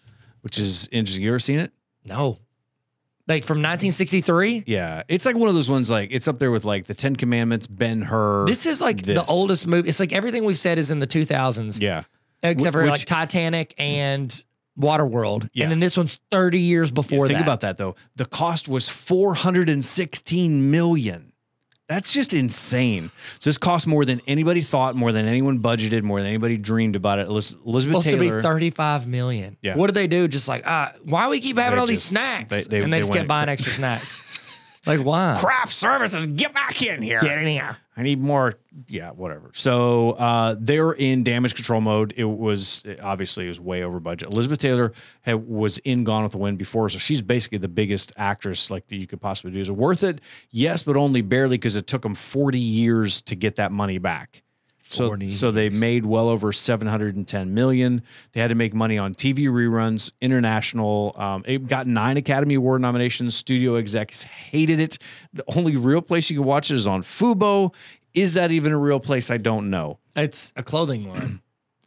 Speaker 2: which is interesting. You ever seen it?
Speaker 1: No, like from 1963.
Speaker 2: Yeah, it's like one of those ones. Like it's up there with like the Ten Commandments, Ben Hur.
Speaker 1: This is like the
Speaker 2: this.
Speaker 1: oldest movie. It's like everything we've said is in the 2000s,
Speaker 2: Yeah,
Speaker 1: except for
Speaker 2: Which-
Speaker 1: like Titanic and Waterworld.
Speaker 2: Yeah.
Speaker 1: And then this one's 30 years before
Speaker 2: think
Speaker 1: that.
Speaker 2: about that though. The cost was four hundred and sixteen million. That's just insane. So this cost more than anybody thought, more than anyone budgeted, more than anybody dreamed about it. Elis- Elizabeth
Speaker 1: supposed
Speaker 2: Taylor.
Speaker 1: to be 35 million.
Speaker 2: Yeah.
Speaker 1: What did they do? Just like, ah, why we keep having
Speaker 2: They
Speaker 1: all these
Speaker 2: just-
Speaker 1: snacks?
Speaker 2: they- they-
Speaker 1: and they,
Speaker 2: they
Speaker 1: just
Speaker 2: went
Speaker 1: kept buying
Speaker 2: cra-
Speaker 1: extra snacks. Like, why?
Speaker 2: craft services. Get back in here.
Speaker 1: Get in here.
Speaker 2: I need more. Yeah, whatever. So uh, they're in damage control mode. It was it obviously it was way over budget. Elizabeth Taylor had, was in Gone with the Wind before, so she's basically the biggest actress like that you could possibly do. Is it worth it? Yes, but only barely because it took them forty years to get that money back. So,
Speaker 1: 40
Speaker 2: so they made well over 710 million. They had to make money on TV reruns, international. Um, it got nine Academy Award nominations. Studio execs hated it. The only real place you can watch it is on Fubo. Is that even a real place? I don't know.
Speaker 1: It's a clothing
Speaker 2: [clears throat]
Speaker 1: line.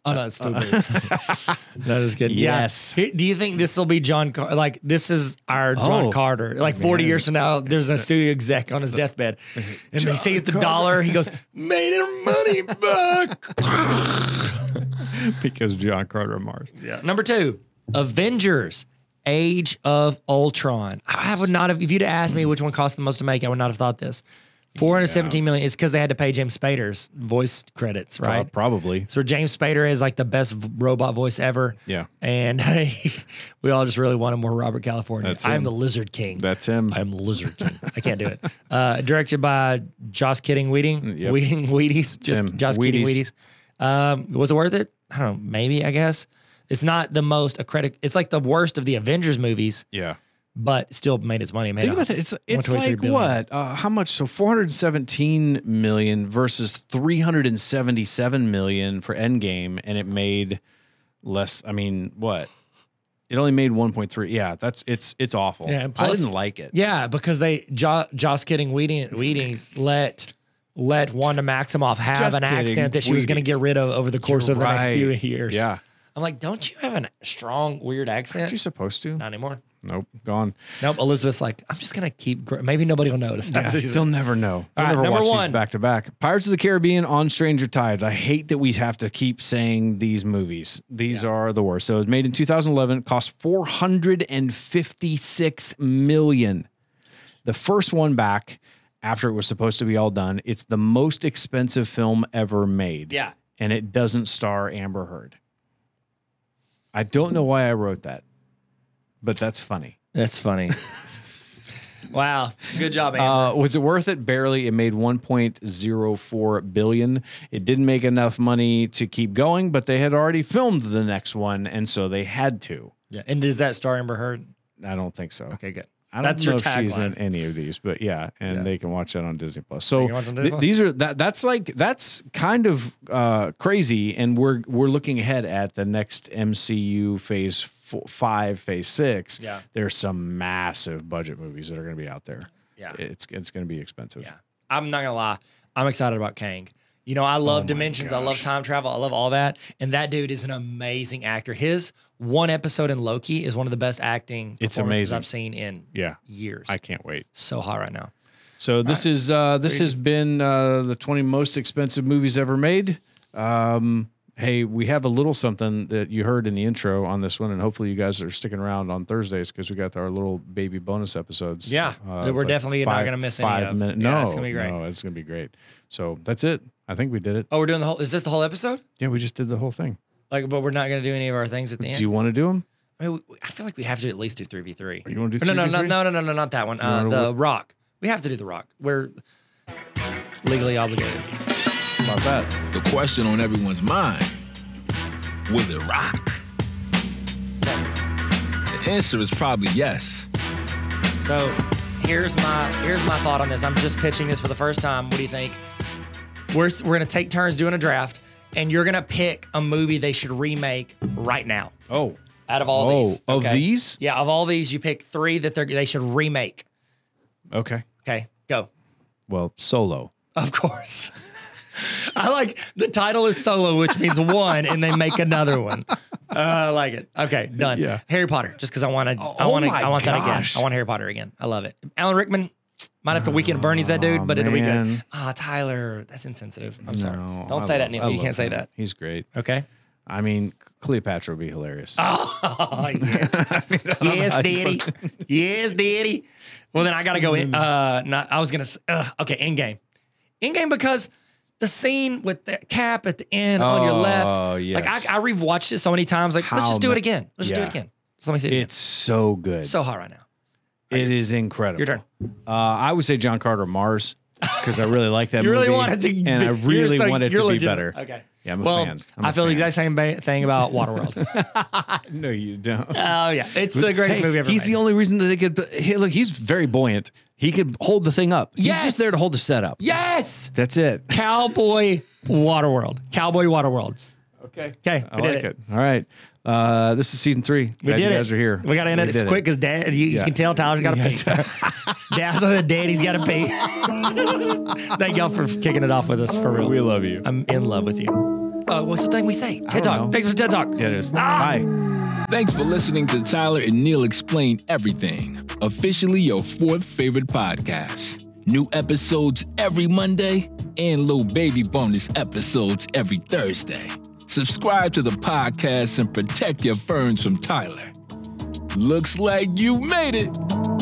Speaker 1: Oh no, it's food.
Speaker 2: [laughs]
Speaker 1: that is good.
Speaker 2: Yes.
Speaker 1: Do you think this will be John? Car- like this is our John
Speaker 2: Oh,
Speaker 1: Carter. Like forty years from now, there's a studio exec on his deathbed, and he sees the dollar. He goes, "Made our money back."
Speaker 2: [laughs] because John Carter of Mars. Yeah.
Speaker 1: [laughs] Number two, Avengers. Age of Ultron. I would not have, if you'd asked me which one cost the most to make, I would not have thought this. Four hundred seventeen million. It's because they had to pay James Spader's voice credits, right?
Speaker 2: probably.
Speaker 1: So James Spader is like the best v- robot voice ever.
Speaker 2: Yeah.
Speaker 1: And [laughs] we all just really wanted more Robert California.
Speaker 2: That's
Speaker 1: I'm
Speaker 2: him.
Speaker 1: the Lizard King.
Speaker 2: That's him.
Speaker 1: I'm the Lizard King. I can't do it. [laughs] Uh, directed by Joss Kidding Weeding.
Speaker 2: Mm, yep.
Speaker 1: Weeding Wheaties. Just
Speaker 2: him.
Speaker 1: Joss Kidding Wheaties. Um, was it worth it? I don't know. Maybe, I guess. It's not the most a credit. It's like the worst of the Avengers movies,
Speaker 2: yeah.
Speaker 1: but still made its money. It Made
Speaker 2: Think
Speaker 1: off.
Speaker 2: about it. It's it's
Speaker 1: 123
Speaker 2: like
Speaker 1: billion.
Speaker 2: what? Uh, how much? So 417 million versus 377 million for Endgame, and it made less. I mean, what? It only made 1.3. Yeah, that's it's it's awful.
Speaker 1: Yeah, and
Speaker 2: I
Speaker 1: plus-
Speaker 2: didn't like it.
Speaker 1: Yeah, because they jo- Joss kidding Weeding, Weedings let let Wanda Maximoff have
Speaker 2: Just
Speaker 1: an
Speaker 2: kidding,
Speaker 1: accent that she was going to
Speaker 2: Wheaties.
Speaker 1: get rid of over the course
Speaker 2: You're
Speaker 1: of the next
Speaker 2: right.
Speaker 1: few years.
Speaker 2: yeah.
Speaker 1: I'm like, don't you have a strong weird accent?
Speaker 2: Aren't you supposed to?
Speaker 1: Not anymore.
Speaker 2: Nope, gone.
Speaker 1: Nope. Elizabeth's like, I'm just going to keep. Gr- Maybe nobody will notice. That's
Speaker 2: Yeah,
Speaker 1: what she's
Speaker 2: they'll never know.
Speaker 1: All
Speaker 2: They'll
Speaker 1: right,
Speaker 2: never
Speaker 1: number
Speaker 2: watch
Speaker 1: one.
Speaker 2: these back to back. Pirates of the Caribbean on Stranger Tides. I hate that we have to keep saying these movies. These are the worst. So it's made in 2011, cost 456 million. The first one back after it was supposed to be all done. It's the most expensive film ever made.
Speaker 1: Yeah.
Speaker 2: And it doesn't star Amber Heard. I don't know why I wrote that, but that's funny.
Speaker 1: That's
Speaker 2: [laughs]
Speaker 1: funny. wow. Good job, Amber.
Speaker 2: Uh, was it worth it? Barely. It made 1.04 billion. It didn't make enough money to keep going, but they had already filmed the next one, and so they had to.
Speaker 1: yeah. And does that star Amber Heard?
Speaker 2: I don't think so.
Speaker 1: Okay, good.
Speaker 2: I don't
Speaker 1: That's
Speaker 2: know
Speaker 1: your
Speaker 2: if she's in
Speaker 1: tagline.
Speaker 2: any of these, but yeah, and
Speaker 1: Yeah.
Speaker 2: they can watch that on Disney Plus. So
Speaker 1: can watch it on
Speaker 2: th-
Speaker 1: Disney Plus.
Speaker 2: these are that that's like that's kind of uh, crazy, and we're we're looking ahead at the next MCU phase four, five, phase six.
Speaker 1: Yeah.
Speaker 2: there's some massive budget movies that are going to be out there.
Speaker 1: Yeah.
Speaker 2: it's it's going to be expensive.
Speaker 1: Yeah. I'm not gonna lie. I'm excited about Kang. You know, I love
Speaker 2: Oh my
Speaker 1: dimensions. I love
Speaker 2: gosh.
Speaker 1: time travel. I love all that. And that dude is an amazing actor. His one episode in Loki is one of the best acting
Speaker 2: It's
Speaker 1: performances
Speaker 2: amazing.
Speaker 1: I've seen in
Speaker 2: Yeah,
Speaker 1: years.
Speaker 2: I can't wait.
Speaker 1: so hot right now.
Speaker 2: So this is uh, this has been uh, the 20 most expensive movies ever made. Um, hey, we have a little something that you heard in the intro on this one, and hopefully you guys are sticking around on Thursdays because we got our little baby bonus episodes.
Speaker 1: Yeah,
Speaker 2: Uh,
Speaker 1: that
Speaker 2: it's
Speaker 1: we're definitely not gonna miss any
Speaker 2: five
Speaker 1: of.
Speaker 2: minute- No,
Speaker 1: Yeah, it's gonna be great.
Speaker 2: No, it's gonna be great. So that's it. I think we did it.
Speaker 1: Oh, we're doing the whole is this the whole episode?
Speaker 2: Yeah, we just did the whole thing.
Speaker 1: Like, but we're not gonna do any of our things at the end.
Speaker 2: Do you want to do them?
Speaker 1: I, mean, we- I feel like we have to at least do three v three.
Speaker 2: You want to do?
Speaker 1: No, no, no,
Speaker 2: three v three?
Speaker 1: no, no, no, no, not that one. Uh,
Speaker 2: wanna
Speaker 1: the Rock. We have to do the Rock. We're legally obligated.
Speaker 2: How About that.
Speaker 3: The question on everyone's mind will it rock? The answer is probably yes.
Speaker 1: So here's my here's my thought on this. I'm just pitching this for the first time. What do you think? We're we're gonna take turns doing a draft, and you're gonna pick a movie they should remake right now.
Speaker 2: Oh,
Speaker 1: Out of all
Speaker 2: oh,
Speaker 1: these,
Speaker 2: of
Speaker 1: okay?
Speaker 2: these?
Speaker 1: yeah, of all these, you pick three that they they should remake.
Speaker 2: Okay.
Speaker 1: Okay, go.
Speaker 2: Well, Solo.
Speaker 1: Of course. [laughs] I like the title is solo, which means one, and they make another one. Uh, I like it. Okay, done.
Speaker 2: Yeah.
Speaker 1: Harry Potter, just because I want to. I
Speaker 2: Oh
Speaker 1: want to.
Speaker 2: my
Speaker 1: I want that again.
Speaker 2: gosh.
Speaker 1: I want Harry Potter again. I love it. Alan Rickman might have to weekend Bernie's that dude, but it'll be good.
Speaker 2: Oh, man.
Speaker 1: Ah, Tyler, that's insensitive. I'm sorry.
Speaker 2: No,
Speaker 1: Don't
Speaker 2: I
Speaker 1: say that
Speaker 2: love- I
Speaker 1: anymore. You
Speaker 2: love
Speaker 1: can't say
Speaker 2: him.
Speaker 1: that.
Speaker 2: He's great.
Speaker 1: Okay.
Speaker 2: I mean, Cleopatra would be hilarious. [laughs]
Speaker 1: Oh [laughs] yes, yes, Daddy,
Speaker 2: Mm.
Speaker 1: yes, Daddy. Well, then I gotta go in. Uh, not, I was gonna. s- Uh, okay, in game. In game because the scene with the cap at the end on your left.
Speaker 2: Oh, yes.
Speaker 1: Like I, I rewatched it so many times. Like let's
Speaker 2: How
Speaker 1: just do
Speaker 2: ma-
Speaker 1: it again. Let's
Speaker 2: Yeah.
Speaker 1: just do it again. Just let me see. It again.
Speaker 2: it's so good.
Speaker 1: It's so hot right now.
Speaker 2: it is incredible.
Speaker 1: Your turn.
Speaker 2: Uh, I would say John Carter Mars because I really like
Speaker 1: [laughs]
Speaker 2: that
Speaker 1: You really
Speaker 2: movie,
Speaker 1: wanted to,
Speaker 2: and
Speaker 1: [laughs]
Speaker 2: I
Speaker 1: you're
Speaker 2: really
Speaker 1: so-
Speaker 2: wanted to
Speaker 1: you're
Speaker 2: be
Speaker 1: legit-
Speaker 2: better.
Speaker 1: Okay.
Speaker 2: Yeah, I'm a
Speaker 1: well,
Speaker 2: fan. I'm
Speaker 1: I
Speaker 2: a
Speaker 1: feel the
Speaker 2: fan.
Speaker 1: exact same ba- thing about
Speaker 2: [laughs]
Speaker 1: Waterworld. oh
Speaker 2: No, you don't.
Speaker 1: yeah, [laughs] it's the greatest
Speaker 2: Hey,
Speaker 1: movie ever.
Speaker 2: He's
Speaker 1: made.
Speaker 2: the only reason that they could. He, look, he's very buoyant. He could hold the thing up. He's
Speaker 1: Yes!
Speaker 2: just there to hold the setup.
Speaker 1: Yes,
Speaker 2: That's it.
Speaker 1: Cowboy Waterworld. Cowboy Waterworld.
Speaker 2: Okay.
Speaker 1: Okay,
Speaker 2: I
Speaker 1: we did
Speaker 2: like it.
Speaker 1: it.
Speaker 2: All right. Uh, this is season three.
Speaker 1: We
Speaker 2: Glad
Speaker 1: did
Speaker 2: you
Speaker 1: it.
Speaker 2: guys are here.
Speaker 1: We got to end
Speaker 2: We
Speaker 1: it. It's
Speaker 2: did
Speaker 1: quick because dad, you, you
Speaker 2: Yeah.
Speaker 1: can tell Tyler's got to
Speaker 2: Yeah.
Speaker 1: pee.
Speaker 2: [laughs]
Speaker 1: Dad's on the dad. He's got to pee. Thank y'all for kicking it off with us for real.
Speaker 2: We love you.
Speaker 1: I'm in love with you. Uh, what's the thing we say? TED
Speaker 2: don't
Speaker 1: Talk.
Speaker 2: know.
Speaker 1: Thanks for TED Talk.
Speaker 2: Yeah, it is.
Speaker 1: Ah!
Speaker 2: Bye.
Speaker 3: Thanks for listening to Tyler and Neil Explain Everything, officially your fourth favorite podcast. New episodes every Monday and little baby bonus episodes every Thursday. Subscribe to the podcast and protect your ferns from Tyler. Looks like you made it.